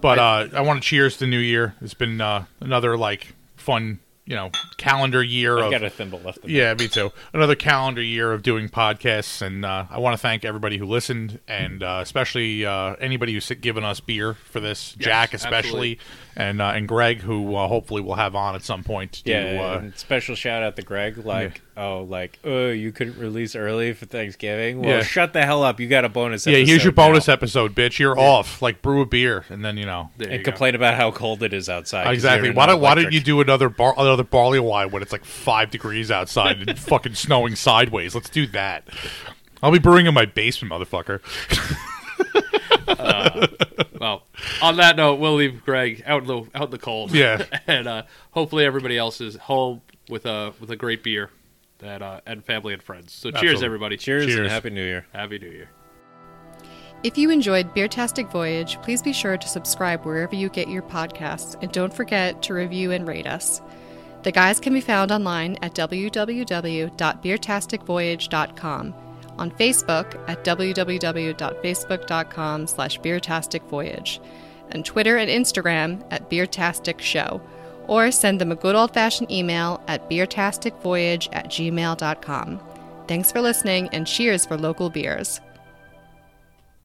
S3: But uh, I want to cheers to the new year. It's been uh, another like fun, you know, calendar year
S4: I've
S3: of
S4: got a thimble left. In there.
S3: Yeah, me too. Another calendar year of doing podcasts, and uh, I want to thank everybody who listened, and uh, especially uh, anybody who's given us beer for this, Jack
S2: absolutely.
S3: especially, and uh, and Greg, who uh, hopefully we'll have on at some point. To,
S4: Yeah,
S3: uh,
S4: and special shout out to Greg. Like, oh, like, oh, you couldn't release early for Thanksgiving. Well,
S3: Yeah.
S4: shut the hell up. You got a bonus.
S3: yeah. Here's
S4: episode
S3: your bonus
S4: now.
S3: episode, bitch. You're off. Like brew a beer, and then you know.
S2: There you
S4: and
S2: go.
S4: complain about how cold it is outside. 'cause
S3: Exactly.
S4: you're
S3: Why
S4: not
S3: don't Why don't you
S4: electric.
S3: do another bar, another barley wine when it's like five degrees outside and fucking snowing sideways? Let's do that. I'll be brewing in my basement, motherfucker.
S2: Well, on that note, we'll leave Greg out in the out in the cold.
S3: Yeah.
S2: and uh, hopefully everybody else is home with a with a great beer, that uh, and family and friends. So cheers,
S3: Absolutely.
S2: everybody.
S4: Cheers, and
S3: Cheers.
S4: happy New Year.
S2: Happy New Year.
S1: If you enjoyed Beertastic Voyage, please be sure to subscribe wherever you get your podcasts and don't forget to review and rate us. The guys can be found online at www.beertasticvoyage.com, on Facebook at www.facebook.com slash beertasticvoyage, and Twitter and Instagram at Beertastic Show, or send them a good old-fashioned email at beertasticvoyage at gmail.com. Thanks for listening and cheers for local beers.